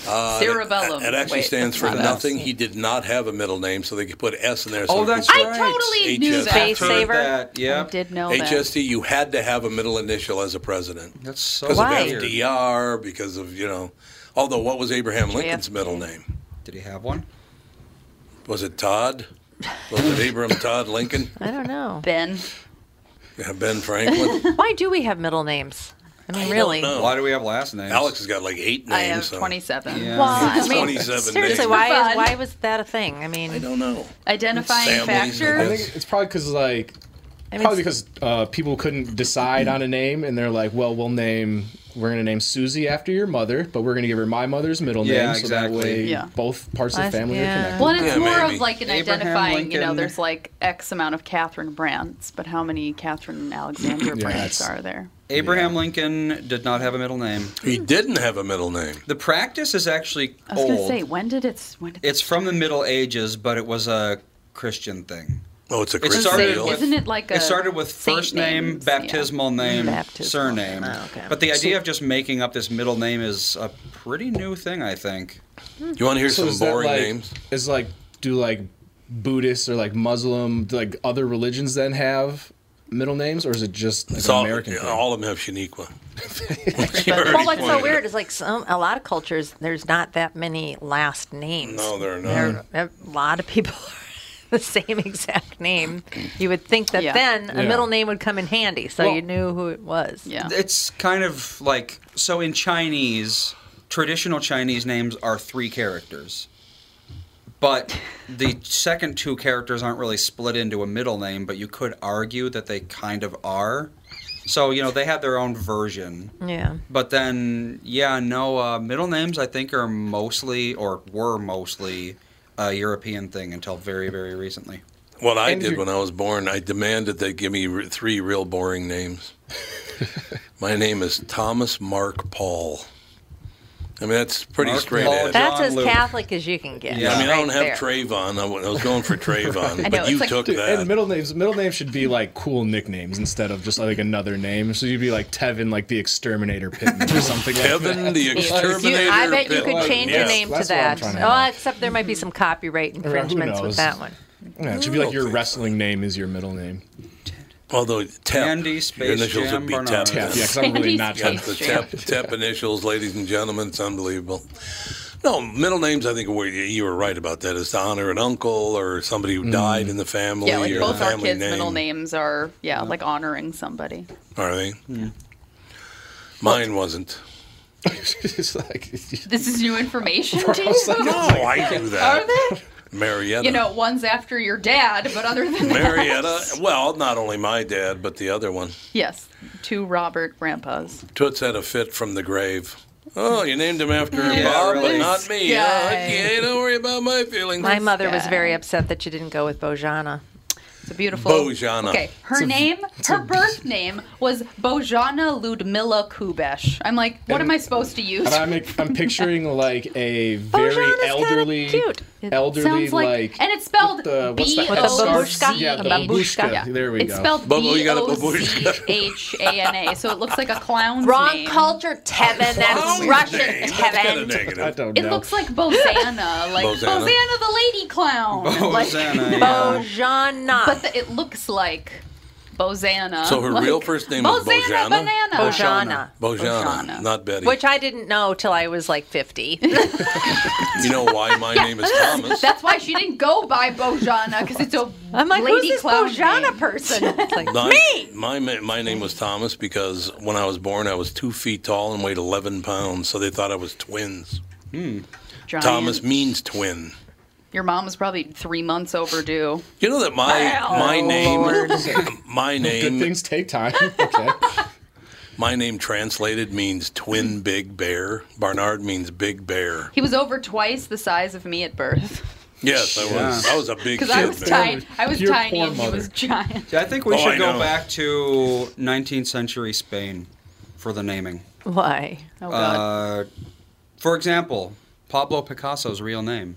[SPEAKER 3] cerebellum.
[SPEAKER 1] It actually
[SPEAKER 3] Wait,
[SPEAKER 1] stands for
[SPEAKER 3] that's not
[SPEAKER 1] nothing. He did not have a middle name, so they could put S in there. So
[SPEAKER 5] Oh,
[SPEAKER 1] it could
[SPEAKER 5] that's
[SPEAKER 1] be
[SPEAKER 5] right.
[SPEAKER 3] I totally knew
[SPEAKER 1] HS.
[SPEAKER 3] that.
[SPEAKER 4] Face
[SPEAKER 5] Heard
[SPEAKER 4] saver.
[SPEAKER 5] that,
[SPEAKER 3] I
[SPEAKER 5] Yeah.
[SPEAKER 3] did know that.
[SPEAKER 1] HST, you had to have a middle initial as a president
[SPEAKER 5] That's so
[SPEAKER 1] because of
[SPEAKER 4] Why?
[SPEAKER 5] weird.
[SPEAKER 1] FDR, because of you know. Although, what was Abraham Lincoln's middle name?
[SPEAKER 5] Did he have one?
[SPEAKER 1] Was it Todd? Was it Abraham Todd Lincoln?
[SPEAKER 4] I don't know.
[SPEAKER 3] Ben.
[SPEAKER 1] Yeah, Ben Franklin.
[SPEAKER 4] Why do we have middle names? I mean,
[SPEAKER 1] I don't
[SPEAKER 4] really.
[SPEAKER 1] know.
[SPEAKER 5] Why do we have last names?
[SPEAKER 1] Alex has got like eight names.
[SPEAKER 3] I have
[SPEAKER 1] so-
[SPEAKER 3] 27.
[SPEAKER 5] Yeah.
[SPEAKER 4] Well, I mean,
[SPEAKER 1] 27
[SPEAKER 4] seriously,
[SPEAKER 1] names.
[SPEAKER 4] why
[SPEAKER 3] Fun.
[SPEAKER 4] is, why was that a thing? I
[SPEAKER 1] I
[SPEAKER 4] mean,
[SPEAKER 1] don't know.
[SPEAKER 3] Identifying
[SPEAKER 1] Families, I
[SPEAKER 7] I
[SPEAKER 3] factor.
[SPEAKER 1] guess.
[SPEAKER 7] think it's probably because like
[SPEAKER 4] I mean,
[SPEAKER 7] probably because uh, people couldn't decide on a name, and they're like, well, we'll name We're going to name Susie after your mother, but we're going to give her my mother's middle
[SPEAKER 5] Yeah,
[SPEAKER 7] name. So
[SPEAKER 5] exactly.
[SPEAKER 7] that way
[SPEAKER 3] Yeah.
[SPEAKER 7] both parts of the
[SPEAKER 4] Last-
[SPEAKER 7] family
[SPEAKER 4] yeah.
[SPEAKER 7] are connected.
[SPEAKER 3] Well, and it's
[SPEAKER 1] Yeah,
[SPEAKER 3] more
[SPEAKER 1] maybe.
[SPEAKER 3] of like an
[SPEAKER 5] Abraham
[SPEAKER 3] identifying, you know,
[SPEAKER 5] Lincoln.
[SPEAKER 3] there's like X amount of Catherine brands, but how many Catherine Alexander brands
[SPEAKER 7] that's-
[SPEAKER 3] are there?
[SPEAKER 5] Abraham Lincoln did not have a middle name.
[SPEAKER 1] He didn't have a middle name.
[SPEAKER 5] The practice is actually
[SPEAKER 3] I was
[SPEAKER 5] old.
[SPEAKER 3] going to say, when did it's when did
[SPEAKER 5] It's from the Middle Ages, but it was a Christian thing.
[SPEAKER 1] Oh, it's a
[SPEAKER 5] It
[SPEAKER 1] Christian
[SPEAKER 5] started
[SPEAKER 1] deal.
[SPEAKER 5] with,
[SPEAKER 3] Isn't it like a
[SPEAKER 5] it started with
[SPEAKER 3] saint
[SPEAKER 5] first name,
[SPEAKER 3] names? Yeah.
[SPEAKER 5] baptismal name,
[SPEAKER 4] Baptismal.
[SPEAKER 5] surname.
[SPEAKER 4] Oh, okay.
[SPEAKER 5] But the idea of just making up this middle name is a pretty new thing, I think.
[SPEAKER 1] you want to hear
[SPEAKER 7] So is
[SPEAKER 1] some boring
[SPEAKER 7] that like,
[SPEAKER 1] names?
[SPEAKER 7] Is like do like Buddhists or like Muslim, do like other religions then have middle names, or is it just like
[SPEAKER 1] It's
[SPEAKER 7] an
[SPEAKER 1] all,
[SPEAKER 7] American? thing?
[SPEAKER 1] all of them have Shaniqua.
[SPEAKER 4] Well, what's so weird is like some a lot of cultures there's not that many last names.
[SPEAKER 1] No, there are not.
[SPEAKER 4] There are a lot of people the same exact name. You would think that
[SPEAKER 3] Yeah.
[SPEAKER 4] then a
[SPEAKER 7] Yeah.
[SPEAKER 4] middle name would come in handy, so
[SPEAKER 5] Well-
[SPEAKER 4] you knew who it was.
[SPEAKER 3] yeah.
[SPEAKER 5] It's kind of like so in Chinese, traditional Chinese names are three characters. But the second two characters aren't really split into a middle name, but you could argue that they kind of are. So, you know, they have their own version.
[SPEAKER 4] Yeah.
[SPEAKER 5] But then, yeah, no, uh, middle names I think are mostly or were mostly a European thing until very, very recently.
[SPEAKER 1] What I
[SPEAKER 7] And
[SPEAKER 1] did
[SPEAKER 7] you're-
[SPEAKER 1] when I was born, I demanded they give me re- three real boring names. My name is Thomas Mark Paul. I mean, that's pretty
[SPEAKER 5] Mark
[SPEAKER 1] straight
[SPEAKER 5] Paul
[SPEAKER 1] edge.
[SPEAKER 5] John
[SPEAKER 4] That's as
[SPEAKER 5] Luke.
[SPEAKER 4] Catholic as you can get.
[SPEAKER 5] Yeah.
[SPEAKER 1] I mean, I
[SPEAKER 4] right
[SPEAKER 1] don't have
[SPEAKER 4] there.
[SPEAKER 1] Trayvon. I wa- I was going for Trayvon,
[SPEAKER 3] I know,
[SPEAKER 1] but you
[SPEAKER 3] it's like-
[SPEAKER 1] took
[SPEAKER 7] Dude,
[SPEAKER 1] that.
[SPEAKER 7] and middle names middle names should be like cool nicknames instead of just like another name. So you'd be like Tevin, like the Exterminator Pittman or something like
[SPEAKER 1] Kevin
[SPEAKER 7] that.
[SPEAKER 1] the
[SPEAKER 4] If you-
[SPEAKER 1] Exterminator.
[SPEAKER 4] I bet you could
[SPEAKER 1] Pittman.
[SPEAKER 4] change
[SPEAKER 1] Yeah.
[SPEAKER 4] your name
[SPEAKER 7] That's
[SPEAKER 4] to
[SPEAKER 7] what I'm
[SPEAKER 4] that.
[SPEAKER 7] trying to
[SPEAKER 4] Oh,
[SPEAKER 7] know.
[SPEAKER 4] except there might be some copyright
[SPEAKER 7] who
[SPEAKER 4] infringements with
[SPEAKER 7] knows?
[SPEAKER 4] that one.
[SPEAKER 7] Yeah, it should be like your wrestling name is your middle name.
[SPEAKER 1] Although Tep,
[SPEAKER 5] Andy
[SPEAKER 1] your
[SPEAKER 5] Space
[SPEAKER 1] initials
[SPEAKER 5] Jam
[SPEAKER 1] would be
[SPEAKER 5] Barnard.
[SPEAKER 1] Tep.
[SPEAKER 7] Yeah,
[SPEAKER 5] Tep,
[SPEAKER 7] yeah, because I'm really
[SPEAKER 3] Andy's
[SPEAKER 7] not
[SPEAKER 1] Got
[SPEAKER 7] trying
[SPEAKER 3] Space
[SPEAKER 1] the
[SPEAKER 7] to.
[SPEAKER 1] tep, tep initials, ladies and gentlemen. It's unbelievable. No, middle names, I think were, you were right about that, is to honor an uncle or somebody who died in the family
[SPEAKER 3] Yeah, like
[SPEAKER 1] or
[SPEAKER 3] both
[SPEAKER 1] the
[SPEAKER 3] our
[SPEAKER 1] family
[SPEAKER 3] kids'
[SPEAKER 1] name.
[SPEAKER 3] middle names are, yeah, like honoring somebody.
[SPEAKER 1] Are they? Mine wasn't.
[SPEAKER 7] it's like
[SPEAKER 3] This is new information to
[SPEAKER 7] I was
[SPEAKER 3] you?
[SPEAKER 7] like,
[SPEAKER 1] No, I knew that.
[SPEAKER 3] Oh Are they?
[SPEAKER 1] Marietta.
[SPEAKER 3] You know, one's after your dad, but other than that.
[SPEAKER 1] Marietta. Well, not only my dad, but the other one.
[SPEAKER 3] Yes, two Robert grandpas.
[SPEAKER 1] Toots had a fit from the grave. Oh, you named him after
[SPEAKER 5] Yeah,
[SPEAKER 1] Bob, but
[SPEAKER 5] really?
[SPEAKER 1] not me.
[SPEAKER 3] Yeah.
[SPEAKER 1] huh? Okay, don't worry about my feelings.
[SPEAKER 4] My mother was
[SPEAKER 3] guy.
[SPEAKER 4] very upset that you didn't go with Bojana.
[SPEAKER 3] It's a beautiful.
[SPEAKER 1] Bojana.
[SPEAKER 3] Okay, her name, her birth name was Bojana Ludmila Kubesh. I'm like, what am I supposed to use?
[SPEAKER 7] And I'm, I'm picturing like a very
[SPEAKER 4] Bojan is kinda
[SPEAKER 7] elderly,
[SPEAKER 4] cute. It
[SPEAKER 7] elderly
[SPEAKER 3] sounds like, and it's spelled
[SPEAKER 7] the- what's the
[SPEAKER 3] B
[SPEAKER 7] With
[SPEAKER 4] the
[SPEAKER 3] O
[SPEAKER 4] babushka?
[SPEAKER 3] Z
[SPEAKER 7] Yeah, the
[SPEAKER 3] H.
[SPEAKER 7] babushka.
[SPEAKER 3] Yeah.
[SPEAKER 7] There we
[SPEAKER 3] It's
[SPEAKER 7] go.
[SPEAKER 3] spelled
[SPEAKER 1] Bubble, you
[SPEAKER 3] B
[SPEAKER 1] got a
[SPEAKER 3] O Z
[SPEAKER 1] babushka.
[SPEAKER 3] H A N A, so it looks like a clown's
[SPEAKER 4] Wrong
[SPEAKER 3] name.
[SPEAKER 4] culture, Tevin. That's Russian,
[SPEAKER 1] That's kind of
[SPEAKER 4] Tevin.
[SPEAKER 7] I
[SPEAKER 1] negative.
[SPEAKER 7] don't
[SPEAKER 3] It
[SPEAKER 7] know.
[SPEAKER 3] looks like Bozana, like
[SPEAKER 1] Bozana.
[SPEAKER 3] Bozana, the lady clown. like-
[SPEAKER 5] Hosanna, yeah.
[SPEAKER 4] Bojana.
[SPEAKER 3] but the, it looks like Bozana.
[SPEAKER 1] So her
[SPEAKER 3] like-
[SPEAKER 1] real first name was Bojana?
[SPEAKER 3] Banana.
[SPEAKER 4] Bojana.
[SPEAKER 1] Bojana,
[SPEAKER 3] Bojana.
[SPEAKER 1] not Betty.
[SPEAKER 4] Which I didn't know till I was like 50.
[SPEAKER 1] you know why my name is Thomas?
[SPEAKER 3] That's why she didn't go by Bojana because it's a
[SPEAKER 4] I'm like,
[SPEAKER 3] lady
[SPEAKER 4] who's this
[SPEAKER 3] clown
[SPEAKER 4] Bojana
[SPEAKER 3] name.
[SPEAKER 4] person? It's like,
[SPEAKER 1] My, my ma- my name was Thomas because when I was born, I was two feet tall and weighed eleven pounds, so they thought I was twins.
[SPEAKER 3] Giant.
[SPEAKER 1] Thomas means twin.
[SPEAKER 3] Your mom was probably three months overdue.
[SPEAKER 1] You know that my my name my
[SPEAKER 7] Good
[SPEAKER 1] name
[SPEAKER 7] things take time. Okay.
[SPEAKER 1] my name translated means twin
[SPEAKER 3] Mm.
[SPEAKER 1] big bear. Barnard means big bear.
[SPEAKER 3] He was over twice the size of me at birth
[SPEAKER 1] Yes, I was. I was a big kid.
[SPEAKER 3] because I was
[SPEAKER 1] man.
[SPEAKER 3] tiny. I was
[SPEAKER 7] Your
[SPEAKER 3] tiny
[SPEAKER 7] poor
[SPEAKER 3] and he
[SPEAKER 7] mother.
[SPEAKER 3] was giant.
[SPEAKER 5] Yeah, I think we
[SPEAKER 1] Oh, I
[SPEAKER 5] should go
[SPEAKER 1] know.
[SPEAKER 5] back to 19th century Spain for the naming.
[SPEAKER 4] Why?
[SPEAKER 3] Oh god.
[SPEAKER 5] Uh, for example, Pablo Picasso's real name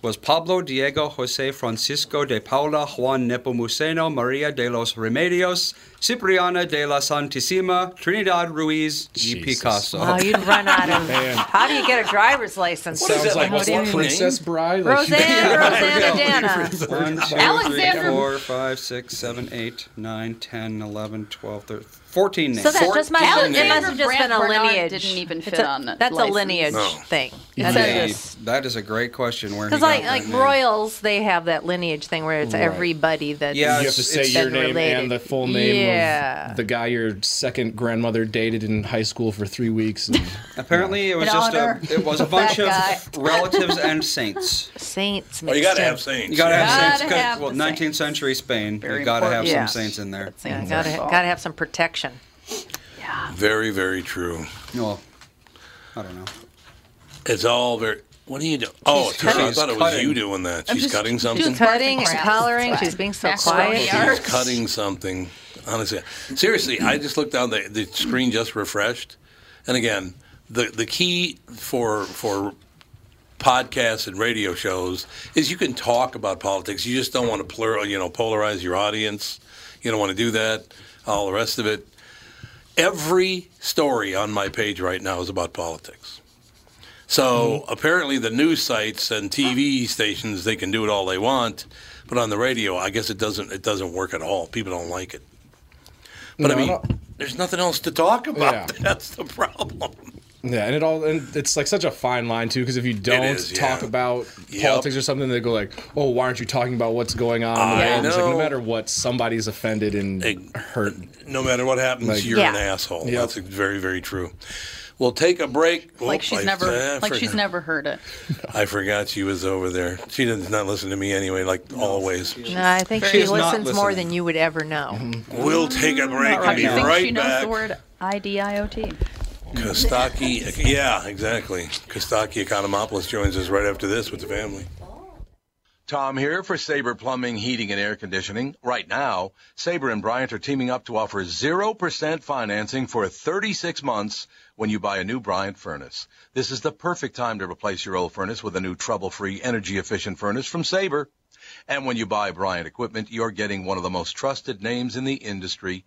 [SPEAKER 5] was Pablo Diego Jose Francisco de Paula Juan Nepomuceno Maria de los Remedios Cipriana de la Santissima Trinidad Ruiz y
[SPEAKER 7] Jesus.
[SPEAKER 5] Picasso.
[SPEAKER 4] Oh, you'd run out of. How do you get a driver's license?
[SPEAKER 1] What is
[SPEAKER 7] Sounds
[SPEAKER 1] that
[SPEAKER 7] like
[SPEAKER 1] about
[SPEAKER 7] what,
[SPEAKER 1] name?
[SPEAKER 7] Princess Bride? Like,
[SPEAKER 4] Roseanne, Roseanne, or Dana.
[SPEAKER 5] One, two,
[SPEAKER 3] Alexander-
[SPEAKER 5] three, four, five, six, seven, eight, nine, 10, 11, 12, 13, 14 names.
[SPEAKER 4] So that just must, it
[SPEAKER 3] Alexander
[SPEAKER 4] must have just been a
[SPEAKER 3] Brandt Bernard
[SPEAKER 4] lineage.
[SPEAKER 3] didn't even
[SPEAKER 4] It's
[SPEAKER 3] fit
[SPEAKER 4] a-
[SPEAKER 3] on the
[SPEAKER 4] That's
[SPEAKER 3] license.
[SPEAKER 4] a lineage
[SPEAKER 1] No.
[SPEAKER 4] thing.
[SPEAKER 7] Yeah.
[SPEAKER 4] That's
[SPEAKER 5] Yeah,
[SPEAKER 4] just.
[SPEAKER 5] that is a great question. Where he
[SPEAKER 4] Because
[SPEAKER 5] got
[SPEAKER 4] like
[SPEAKER 5] that
[SPEAKER 4] like
[SPEAKER 5] name.
[SPEAKER 4] royals, they have that lineage thing where it's
[SPEAKER 7] Right.
[SPEAKER 4] everybody that's
[SPEAKER 5] Yeah,
[SPEAKER 7] You have to say
[SPEAKER 5] It's
[SPEAKER 7] your
[SPEAKER 4] been
[SPEAKER 7] name
[SPEAKER 4] related.
[SPEAKER 7] and the full name
[SPEAKER 4] Yeah.
[SPEAKER 7] of the guy your second grandmother dated in high school for three weeks. And
[SPEAKER 5] Apparently, it was
[SPEAKER 3] In
[SPEAKER 5] just
[SPEAKER 3] honor
[SPEAKER 5] a it was a bunch of
[SPEAKER 3] guy.
[SPEAKER 5] relatives and saints.
[SPEAKER 4] saints.
[SPEAKER 1] Oh, you gotta have
[SPEAKER 4] mixed
[SPEAKER 1] saints.
[SPEAKER 5] You gotta have
[SPEAKER 3] Gotta
[SPEAKER 5] saints. 'cause-
[SPEAKER 3] have
[SPEAKER 5] well,
[SPEAKER 3] the
[SPEAKER 5] 19th
[SPEAKER 3] saints.
[SPEAKER 5] century Spain,
[SPEAKER 3] Very
[SPEAKER 5] you gotta have
[SPEAKER 3] important.
[SPEAKER 5] some
[SPEAKER 4] Yeah.
[SPEAKER 5] saints in there.
[SPEAKER 4] in.
[SPEAKER 3] That's
[SPEAKER 4] Gotta
[SPEAKER 3] involved.
[SPEAKER 4] gotta have some protection.
[SPEAKER 1] Very, very true.
[SPEAKER 5] Well, I don't know.
[SPEAKER 1] It's all very. What are you doing? Oh,
[SPEAKER 5] She's
[SPEAKER 1] Tara, I
[SPEAKER 5] cutting.
[SPEAKER 1] thought it was you doing that. She's
[SPEAKER 3] just-
[SPEAKER 1] cutting
[SPEAKER 3] she's
[SPEAKER 1] something.
[SPEAKER 3] just-
[SPEAKER 4] Cutting and
[SPEAKER 3] Crap.
[SPEAKER 4] hollering. She's being so
[SPEAKER 3] That's what we
[SPEAKER 4] quiet.
[SPEAKER 3] are.
[SPEAKER 1] She's cutting something. Honestly, seriously, I just looked down. The, the screen just refreshed, and again, the the key for for podcasts and radio shows is you can talk about politics. You just don't want to plural, you know, polarize your audience. You don't want to do that. All the rest of it. Every story on my page right now is about politics. So
[SPEAKER 7] Mm-hmm.
[SPEAKER 1] apparently, the news sites and TV stations they can do it all they want, but on the radio, I guess it doesn't it doesn't work at all. People don't like it. But
[SPEAKER 7] No,
[SPEAKER 1] I
[SPEAKER 7] I
[SPEAKER 1] mean,
[SPEAKER 7] don't-
[SPEAKER 1] there's nothing else to talk about.
[SPEAKER 7] Yeah.
[SPEAKER 1] That's the problem.
[SPEAKER 7] Yeah, and it all and it's like such a fine line too, because if you don't
[SPEAKER 1] is,
[SPEAKER 7] talk
[SPEAKER 1] yeah.
[SPEAKER 7] about
[SPEAKER 1] Yep.
[SPEAKER 7] politics or something, they go like, "Oh, why aren't you talking about what's going on?"
[SPEAKER 1] I
[SPEAKER 7] And it's like,
[SPEAKER 1] know.
[SPEAKER 7] no matter what, somebody's offended and
[SPEAKER 1] Ig-
[SPEAKER 7] hurt.
[SPEAKER 1] No matter what happens,
[SPEAKER 7] Like-
[SPEAKER 1] you're an
[SPEAKER 4] Yeah.
[SPEAKER 1] asshole.
[SPEAKER 7] Yep.
[SPEAKER 1] That's very very true. We'll take a break.
[SPEAKER 3] Like
[SPEAKER 1] Oop,
[SPEAKER 3] she's
[SPEAKER 1] I-
[SPEAKER 3] never,
[SPEAKER 1] I
[SPEAKER 3] like she's
[SPEAKER 1] forgot-
[SPEAKER 3] never heard it.
[SPEAKER 1] I forgot she was over there. She does not listen to me anyway, like always.
[SPEAKER 4] No, I think
[SPEAKER 5] She
[SPEAKER 4] she
[SPEAKER 5] is not
[SPEAKER 4] listens more
[SPEAKER 5] listening. Mm-hmm.
[SPEAKER 4] than you would ever know.
[SPEAKER 1] We'll take a break
[SPEAKER 3] How
[SPEAKER 1] and
[SPEAKER 3] do
[SPEAKER 1] be
[SPEAKER 3] you think she
[SPEAKER 1] right
[SPEAKER 3] knows the
[SPEAKER 1] back.
[SPEAKER 3] word IDIOT?
[SPEAKER 1] Kostaki, yeah, exactly. Kostaki Economopoulos joins us right after this with the family.
[SPEAKER 10] Tom here for Sabre Plumbing, Heating, and Air Conditioning. Right now, Sabre and Bryant are teaming up to offer 0% financing for 36 months when you buy a new Bryant furnace. This is the perfect time to replace your old furnace with a new trouble-free, energy-efficient furnace from Sabre. And when you buy Bryant equipment, you're getting one of the most trusted names in the industry.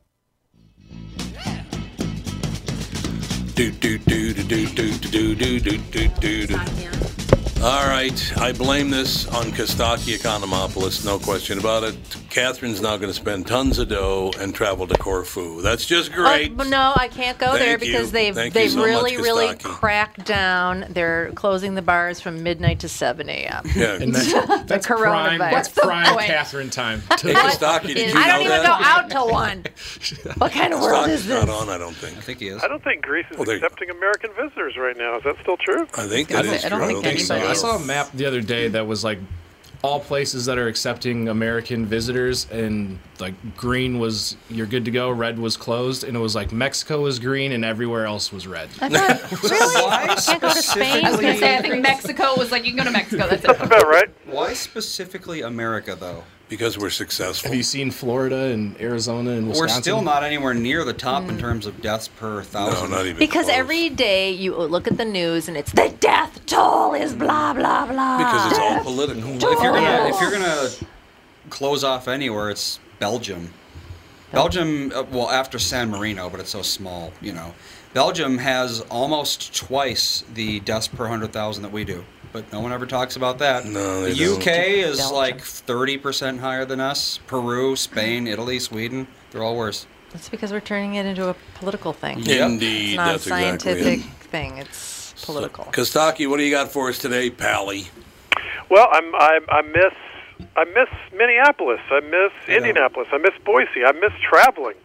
[SPEAKER 1] Do do do do do do do do do do do do. All right, I blame this on Kostaki Economopoulos, no question about it. Catherine's now going to spend tons of dough and travel to Corfu. That's just great.
[SPEAKER 4] Oh, but no, I can't go there
[SPEAKER 1] Thank you.
[SPEAKER 4] because they've
[SPEAKER 1] Thank you
[SPEAKER 4] they've
[SPEAKER 1] so much,
[SPEAKER 4] really really
[SPEAKER 1] Kostaki.
[SPEAKER 4] cracked down. They're closing the bars from midnight to seven a.m.
[SPEAKER 1] Yeah.
[SPEAKER 7] And that's, that's prime.
[SPEAKER 4] coronavirus.
[SPEAKER 7] That's
[SPEAKER 4] What's
[SPEAKER 3] the
[SPEAKER 7] prime
[SPEAKER 3] point?
[SPEAKER 7] Catherine time.
[SPEAKER 1] Hey, Kostaki, did
[SPEAKER 4] Is-
[SPEAKER 1] you
[SPEAKER 4] I
[SPEAKER 1] know
[SPEAKER 4] don't even
[SPEAKER 1] that?
[SPEAKER 4] go out till one. What kind of world is
[SPEAKER 1] Kostaki's
[SPEAKER 4] this?
[SPEAKER 1] not on, I don't think.
[SPEAKER 5] I think he is.
[SPEAKER 11] I don't think Greece is
[SPEAKER 1] Oh, there you go.
[SPEAKER 11] accepting American visitors right now. Is that still true?
[SPEAKER 1] I think that
[SPEAKER 3] I
[SPEAKER 1] is
[SPEAKER 3] don't
[SPEAKER 1] true.
[SPEAKER 3] think
[SPEAKER 1] so.
[SPEAKER 3] anybody
[SPEAKER 7] I saw a map the other day that was like all places that are accepting American visitors, and like green was you're good to go, red was closed, and it was like Mexico was green and everywhere else was red.
[SPEAKER 4] I thought, really? I can't go to Spain.
[SPEAKER 3] I was gonna say I
[SPEAKER 5] specifically,
[SPEAKER 3] think Mexico was like you can go to Mexico. That's it.
[SPEAKER 11] About right.
[SPEAKER 5] why specifically America though?
[SPEAKER 1] Because we're successful.
[SPEAKER 7] Have you seen Florida and Arizona and
[SPEAKER 5] We're
[SPEAKER 7] Wisconsin?
[SPEAKER 5] still not anywhere near the top
[SPEAKER 3] Mm.
[SPEAKER 5] in terms of deaths per
[SPEAKER 1] No,
[SPEAKER 5] thousand.
[SPEAKER 1] not even
[SPEAKER 4] Because
[SPEAKER 1] close.
[SPEAKER 4] every day you look at the news and it's the death toll is blah blah blah.
[SPEAKER 1] Because it's all political.
[SPEAKER 5] If you're gonna
[SPEAKER 4] Yeah.
[SPEAKER 5] if you're gonna close off anywhere, it's Belgium. Belgium, uh, well, after San Marino, but it's so small, you know. Belgium has almost twice the deaths per hundred thousand that we do, but no one ever talks about that.
[SPEAKER 1] No, they
[SPEAKER 5] the
[SPEAKER 1] don't.
[SPEAKER 5] UK is
[SPEAKER 4] Belgium.
[SPEAKER 5] like thirty percent higher than us. Peru, Spain, Italy, Sweden—they're all worse.
[SPEAKER 4] That's because we're turning it into a political thing.
[SPEAKER 5] Yep.
[SPEAKER 1] Indeed,
[SPEAKER 4] It's not a
[SPEAKER 1] that's exactly it.
[SPEAKER 4] scientific thing. It's political.
[SPEAKER 1] Kostaki, what do you got for us today, Pally?
[SPEAKER 11] Well, I'm, I, I miss I miss Minneapolis. I miss Indianapolis. I miss Boise. I miss traveling.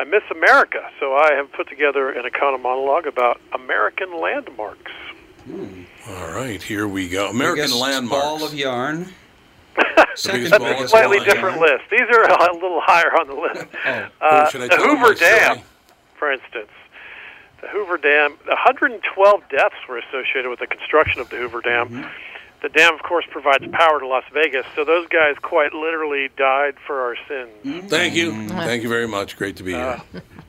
[SPEAKER 11] I miss America. So I have put together an econo monologue about American landmarks.
[SPEAKER 1] All right, here we go. American
[SPEAKER 5] Biggest
[SPEAKER 1] landmarks.
[SPEAKER 5] Ball of yarn. Second
[SPEAKER 1] ball of
[SPEAKER 5] biggest
[SPEAKER 1] yarn.
[SPEAKER 11] Slightly
[SPEAKER 1] Why?
[SPEAKER 11] different list. These are a little higher on the list.
[SPEAKER 1] Who
[SPEAKER 11] Uh,
[SPEAKER 1] should I
[SPEAKER 11] the
[SPEAKER 1] tell my
[SPEAKER 11] Hoover Dam,
[SPEAKER 1] story?
[SPEAKER 11] for instance. The Hoover Dam, 112 deaths were associated with the construction of the Hoover Dam.
[SPEAKER 1] Mm-hmm.
[SPEAKER 11] The dam, of course, provides power to Las Vegas, so those guys quite literally died for our sins.
[SPEAKER 1] Thank you. Thank you very much. Great to be here.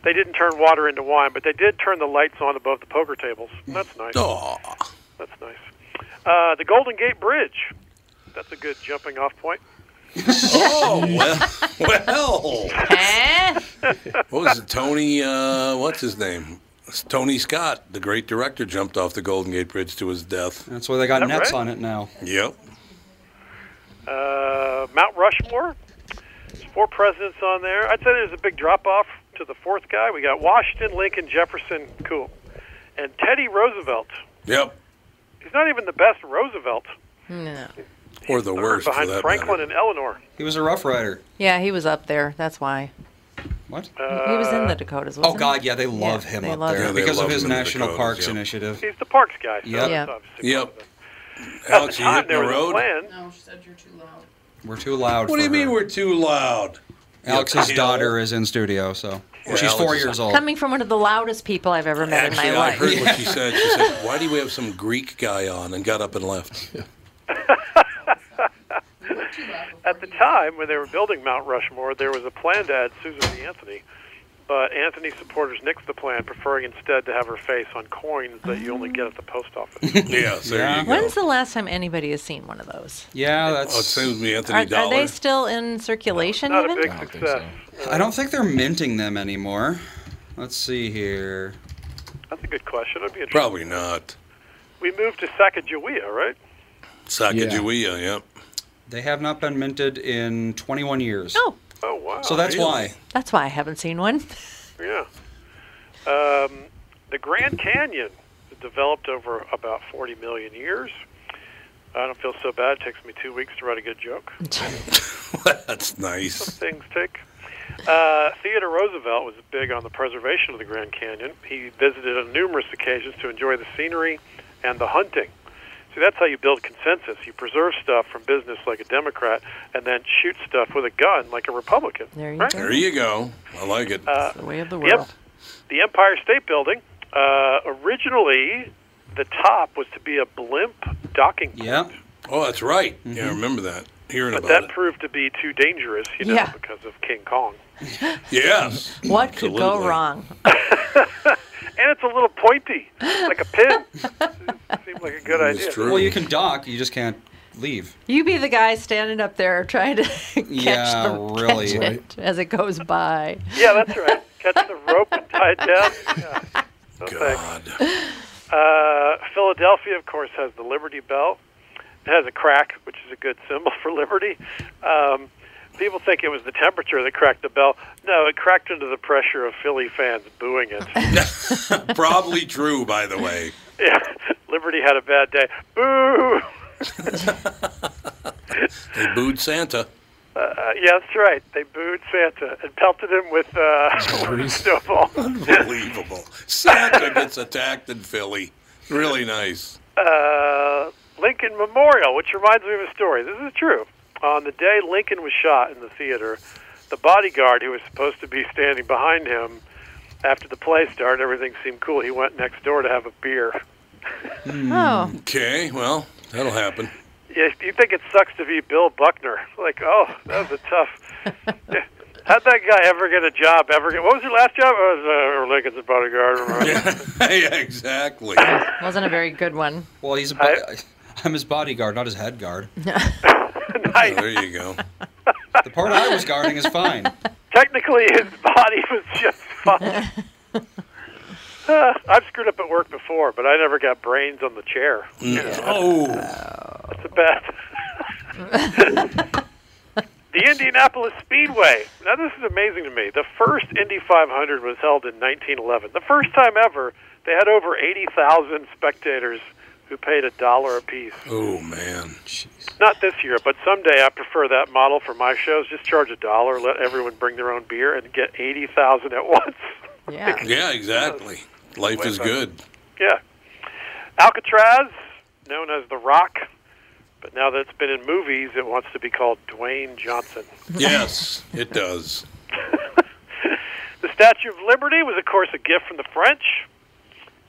[SPEAKER 11] They didn't turn water into wine, but they did turn the lights on above the poker tables. That's nice.
[SPEAKER 1] Oh,
[SPEAKER 11] That's nice. Uh, the Golden Gate Bridge. That's a good jumping off point.
[SPEAKER 1] well, well.
[SPEAKER 4] Eh?
[SPEAKER 1] What was it? Tony, uh, what's his name? Tony Scott, the great director, jumped off the Golden Gate Bridge to his death.
[SPEAKER 5] That's why they got
[SPEAKER 11] Is that
[SPEAKER 5] nets
[SPEAKER 11] right?
[SPEAKER 5] on it now.
[SPEAKER 1] Yep.
[SPEAKER 11] Uh, Mount Rushmore. There's four presidents on there. I'd say there's a big drop off to the fourth guy. We got Washington, Lincoln, Jefferson, cool, and Teddy Roosevelt.
[SPEAKER 1] Yep.
[SPEAKER 11] He's not even the best Roosevelt.
[SPEAKER 4] No.
[SPEAKER 1] Or the worst. for
[SPEAKER 11] behind
[SPEAKER 1] that
[SPEAKER 11] Franklin
[SPEAKER 1] matter.
[SPEAKER 11] and Eleanor.
[SPEAKER 5] He was a Rough Rider.
[SPEAKER 4] Yeah, he was up there. That's why.
[SPEAKER 5] What?
[SPEAKER 4] he was in the Dakotas.
[SPEAKER 5] Oh
[SPEAKER 4] Wasn't
[SPEAKER 5] God,
[SPEAKER 4] he?
[SPEAKER 5] yeah, they love him
[SPEAKER 4] they
[SPEAKER 5] up
[SPEAKER 4] love
[SPEAKER 5] there
[SPEAKER 4] him.
[SPEAKER 5] because of his
[SPEAKER 1] him in the
[SPEAKER 5] National
[SPEAKER 1] Dakotas,
[SPEAKER 5] Parks
[SPEAKER 1] yeah.
[SPEAKER 5] Initiative.
[SPEAKER 11] He's the Parks guy. So
[SPEAKER 5] Yep.
[SPEAKER 11] it's
[SPEAKER 5] Yeah.
[SPEAKER 11] obviously
[SPEAKER 1] Yep.
[SPEAKER 11] At
[SPEAKER 1] Alex,
[SPEAKER 11] the
[SPEAKER 1] you
[SPEAKER 11] time,
[SPEAKER 1] hitting
[SPEAKER 11] there
[SPEAKER 1] the
[SPEAKER 11] was a
[SPEAKER 1] road?
[SPEAKER 11] plan.
[SPEAKER 3] No, she said you're too loud.
[SPEAKER 5] We're too loud.
[SPEAKER 1] What do
[SPEAKER 5] for
[SPEAKER 1] you mean
[SPEAKER 5] her.
[SPEAKER 1] we're too loud?
[SPEAKER 5] Alex's
[SPEAKER 1] Yeah.
[SPEAKER 5] daughter is in studio, so
[SPEAKER 1] Yeah,
[SPEAKER 5] she's four
[SPEAKER 1] Alex-
[SPEAKER 5] years old.
[SPEAKER 4] Coming from one of the loudest people I've ever met
[SPEAKER 1] Actually,
[SPEAKER 4] in my
[SPEAKER 1] I
[SPEAKER 4] life.
[SPEAKER 1] heard what she said. She said, "Why do we have some Greek guy on?" and got up and left.
[SPEAKER 11] At the time when they were building Mount Rushmore, there was a plan to add Susan B. Anthony, but Anthony supporters nixed the plan, preferring instead to have her face on coins that you only get at the post office.
[SPEAKER 1] yes, there you go.
[SPEAKER 4] When's the last time anybody has seen one of those?
[SPEAKER 5] yeah, that's.
[SPEAKER 1] Oh, it seems me,
[SPEAKER 4] Are,
[SPEAKER 1] Anthony
[SPEAKER 4] are
[SPEAKER 1] Dollar.
[SPEAKER 4] they still in circulation?
[SPEAKER 11] Not a
[SPEAKER 4] even?
[SPEAKER 11] big success.
[SPEAKER 5] I don't think they're minting them anymore. Let's see here.
[SPEAKER 11] That's a good question. I'd be interested.
[SPEAKER 1] Probably not.
[SPEAKER 11] We moved to Sacagawea, right?
[SPEAKER 1] Sacagawea, yep.
[SPEAKER 5] They have not been minted in 21 years.
[SPEAKER 4] Oh,
[SPEAKER 11] Oh wow.
[SPEAKER 5] So that's why.
[SPEAKER 4] that's why I haven't seen one.
[SPEAKER 11] Yeah. Um, the Grand Canyon developed over about 40 million years. I don't feel so bad. It takes me two weeks to write a good joke.
[SPEAKER 1] That's nice.
[SPEAKER 11] Things take. Uh, Theodore Roosevelt was big on the preservation of the Grand Canyon. He visited on numerous occasions to enjoy the scenery and the hunting. See, that's how you build consensus. You preserve stuff from business like a Democrat and then shoot stuff with a gun like a Republican.
[SPEAKER 4] There you
[SPEAKER 11] right?
[SPEAKER 4] go.
[SPEAKER 1] There you go. I like it.
[SPEAKER 11] Uh,
[SPEAKER 4] The way of the
[SPEAKER 11] Yep.
[SPEAKER 4] world.
[SPEAKER 11] the Empire State Building. Uh, originally, the top was to be a blimp docking point,
[SPEAKER 5] Yeah.
[SPEAKER 1] oh, that's right. Yeah, I remember that. Hearing
[SPEAKER 11] but
[SPEAKER 1] about
[SPEAKER 11] that
[SPEAKER 1] it.
[SPEAKER 11] proved to be too dangerous, you know,
[SPEAKER 4] Yeah.
[SPEAKER 11] because of King Kong.
[SPEAKER 1] Yes.
[SPEAKER 4] What could go
[SPEAKER 1] Absolutely.
[SPEAKER 4] wrong?
[SPEAKER 11] And it's a little pointy, like a pin. Seemed like a good
[SPEAKER 1] It's
[SPEAKER 11] idea.
[SPEAKER 1] true.
[SPEAKER 5] Well, you can dock, you just can't leave.
[SPEAKER 4] You be the guy standing up there trying to catch,
[SPEAKER 5] Yeah,
[SPEAKER 4] the,
[SPEAKER 5] really.
[SPEAKER 4] catch it as it goes by.
[SPEAKER 11] Yeah, that's right. Catch the rope and tie it down. Yeah. No thanks.
[SPEAKER 1] God.
[SPEAKER 11] Uh, Philadelphia, of course, has the Liberty Bell. It has a crack, which is a good symbol for liberty. Um, people think it was the temperature that cracked the bell. No, it cracked under the pressure of Philly fans booing it.
[SPEAKER 1] Probably true, by the way.
[SPEAKER 11] yeah, Liberty had a bad day. Boo!
[SPEAKER 1] They booed Santa.
[SPEAKER 11] Uh, yeah, that's right. They booed Santa and pelted him with uh, with snowball.
[SPEAKER 1] Unbelievable. Santa gets attacked in Philly. Really nice.
[SPEAKER 11] uh, Lincoln Memorial, which reminds me of a story. This is true. On the day Lincoln was shot in the theater, the bodyguard who was supposed to be standing behind him, after the play started, everything seemed cool. He went next door to have a beer.
[SPEAKER 5] Hmm.
[SPEAKER 4] Oh,
[SPEAKER 1] Okay, well, that'll happen.
[SPEAKER 11] Yeah, you think it sucks to be Bill Buckner? Like, oh, that was a tough. Yeah. How'd that guy ever get a job? Ever get? What was your last job? I was uh, Lincoln's bodyguard.
[SPEAKER 1] yeah, exactly.
[SPEAKER 4] wasn't a very good one.
[SPEAKER 5] Well, he's a bo- I, am his bodyguard, not his head guard.
[SPEAKER 11] nice.
[SPEAKER 1] There you go.
[SPEAKER 5] The part I was guarding is fine.
[SPEAKER 11] Technically, his body was just fine. Uh, I've screwed up at work before, but I never got brains on the chair.
[SPEAKER 1] Oh,
[SPEAKER 11] That's a bad. the Indianapolis Speedway. Now, this is amazing to me. The first Indy 500 was held in 1911. The first time ever, they had over 80,000 spectators who paid a dollar apiece.
[SPEAKER 1] oh man.
[SPEAKER 11] Not this year, but someday I prefer that model for my shows. Just charge a dollar, let everyone bring their own beer, and get 80,000 at once.
[SPEAKER 4] Yeah.
[SPEAKER 1] Yeah, exactly. Life is good.
[SPEAKER 11] Yeah. Alcatraz, known as The Rock, but now that it's been in movies, it wants to be called Dwayne Johnson.
[SPEAKER 1] Yes, it does.
[SPEAKER 11] The Statue of Liberty was, of course, a gift from the French.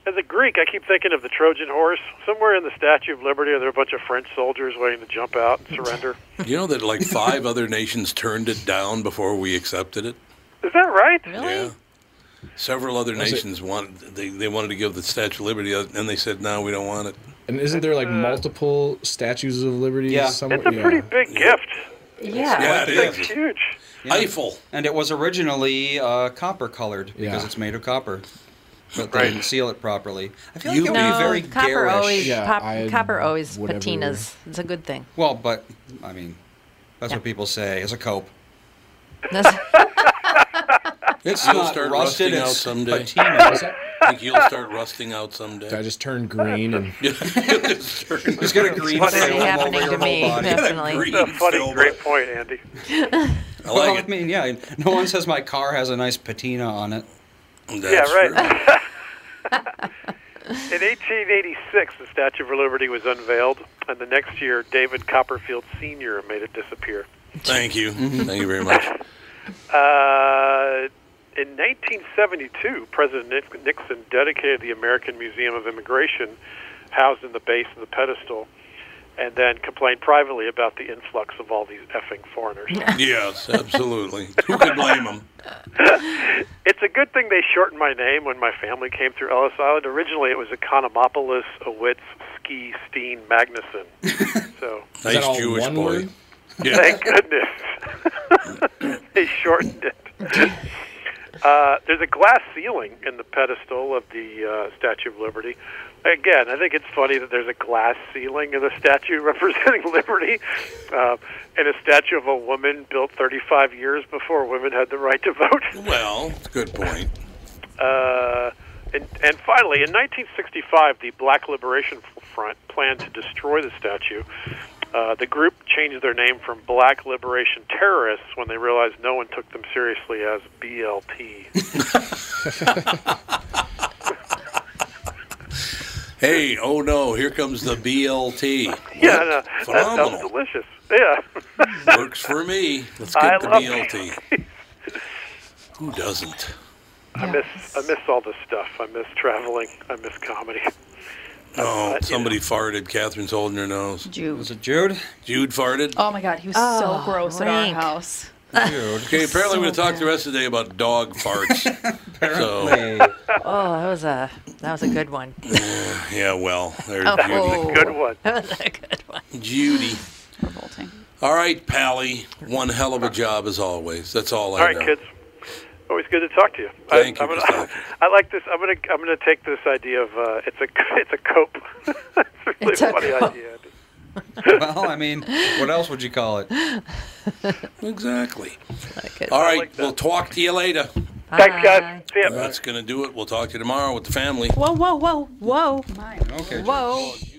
[SPEAKER 11] As a Greek, I keep thinking of the Trojan horse. Somewhere in the Statue of Liberty, are there a bunch of French soldiers waiting to jump out and surrender?
[SPEAKER 1] You know that like five other nations turned it down before we accepted it.
[SPEAKER 11] Is that right?
[SPEAKER 4] Really?
[SPEAKER 1] Yeah. Several other nations wanted they, they wanted to give the Statue of Liberty, uh, and they said no, we don't want it.
[SPEAKER 7] And isn't there like multiple statues of liberty?
[SPEAKER 5] Yeah.
[SPEAKER 7] somewhere?
[SPEAKER 11] It's a
[SPEAKER 7] Yeah.
[SPEAKER 11] pretty big gift.
[SPEAKER 4] Yeah.
[SPEAKER 1] Yeah, it
[SPEAKER 11] It's
[SPEAKER 1] is.
[SPEAKER 11] huge.
[SPEAKER 5] Yeah.
[SPEAKER 1] Eiffel.
[SPEAKER 5] And it was originally uh, copper colored because
[SPEAKER 7] Yeah.
[SPEAKER 5] it's made of copper. but they didn't seal it properly. I feel like
[SPEAKER 4] no,
[SPEAKER 5] that would be very
[SPEAKER 4] copper
[SPEAKER 5] garish.
[SPEAKER 4] always pop- copper always patinas. It's a good thing.
[SPEAKER 5] Well, but I mean, that's what people say as a cope. It's
[SPEAKER 1] you'll
[SPEAKER 5] not
[SPEAKER 1] start rusting
[SPEAKER 5] rusted,
[SPEAKER 1] out
[SPEAKER 5] it's
[SPEAKER 1] someday.
[SPEAKER 5] patina. Is it?
[SPEAKER 1] Think you'll start rusting out someday.
[SPEAKER 7] I just turned green and
[SPEAKER 5] He's got a green
[SPEAKER 1] Funny
[SPEAKER 5] film over
[SPEAKER 1] happening
[SPEAKER 5] your
[SPEAKER 1] to
[SPEAKER 5] whole
[SPEAKER 1] me,
[SPEAKER 5] body.
[SPEAKER 1] definitely. Green That's a funny, film.
[SPEAKER 11] Great point, Andy.
[SPEAKER 5] I like it. I mean, yeah, no one says my car has a nice patina on it.
[SPEAKER 11] yeah, right. In 1886, the Statue of Liberty was unveiled, and the next year, David Copperfield Sr. made it disappear.
[SPEAKER 1] Thank you. Thank you very much.
[SPEAKER 11] Uh, in 1972, President Nix- Nixon dedicated the American Museum of Immigration, housed in the base of the pedestal, and then complained privately about the influx of all these effing foreigners.
[SPEAKER 1] yes, absolutely. Who could blame them?
[SPEAKER 11] it's a good thing they shortened my name when my family came through Ellis Island. Originally, it was Economopolis Owitz Ski Steen Magnuson. So
[SPEAKER 1] Nice that all Jewish one boy. word? Yeah.
[SPEAKER 11] Thank goodness they shortened it. Uh, there's a glass ceiling in the pedestal of the uh, Statue of Liberty. Again, I think it's funny that there's a glass ceiling in the statue representing liberty, uh, and a statue of a woman built 35 years before women had the right to vote.
[SPEAKER 1] Well, good point.
[SPEAKER 11] Uh, and, and finally, in 1965, the Black Liberation Front planned to destroy the statue. Uh, the group changed their name from Black Liberation Terrorists when they realized no one took them seriously as BLT.
[SPEAKER 1] Hey, oh no, here comes the BLT.
[SPEAKER 11] yeah, no, that
[SPEAKER 1] Phenomenal.
[SPEAKER 11] sounds delicious. Yeah.
[SPEAKER 1] Works for me. Let's
[SPEAKER 11] I
[SPEAKER 1] get the
[SPEAKER 11] love
[SPEAKER 1] BLT. Who doesn't?
[SPEAKER 11] I miss I miss all this stuff. I miss traveling. I miss comedy.
[SPEAKER 1] Oh, somebody farted. Catherine's holding her nose.
[SPEAKER 3] Jude.
[SPEAKER 1] Was it Jude? Jude farted.
[SPEAKER 3] Oh my god, he was
[SPEAKER 4] Oh,
[SPEAKER 3] so gross at
[SPEAKER 4] rank.
[SPEAKER 3] our house.
[SPEAKER 1] Dude. Okay, apparently we're going to talk the rest of the day about dog farts. So,
[SPEAKER 4] Oh, that was a that was a good one.
[SPEAKER 1] yeah, well, there's
[SPEAKER 4] Oh.
[SPEAKER 1] Judy.
[SPEAKER 4] Good
[SPEAKER 11] one.
[SPEAKER 4] That was a good one.
[SPEAKER 1] Judy. Revolting. All right, Pally. One hell of a job as always. That's all
[SPEAKER 11] All
[SPEAKER 1] I
[SPEAKER 11] right,
[SPEAKER 1] know.
[SPEAKER 11] kids. Always good to talk to you.
[SPEAKER 1] Thank
[SPEAKER 11] I,
[SPEAKER 1] you,
[SPEAKER 11] I'm gonna, I like this. I'm gonna I'm gonna take this idea of uh, it's a it's a cope. it's a really
[SPEAKER 5] It's a
[SPEAKER 11] funny
[SPEAKER 5] cope.
[SPEAKER 11] idea.
[SPEAKER 5] well, I mean, what else would you call it?
[SPEAKER 1] Exactly. All right, we'll talk to you later.
[SPEAKER 11] Thanks, guys.
[SPEAKER 1] That's going to do it. We'll talk to you tomorrow with the family.
[SPEAKER 4] Whoa, whoa, whoa, whoa.
[SPEAKER 5] Okay.
[SPEAKER 4] Whoa.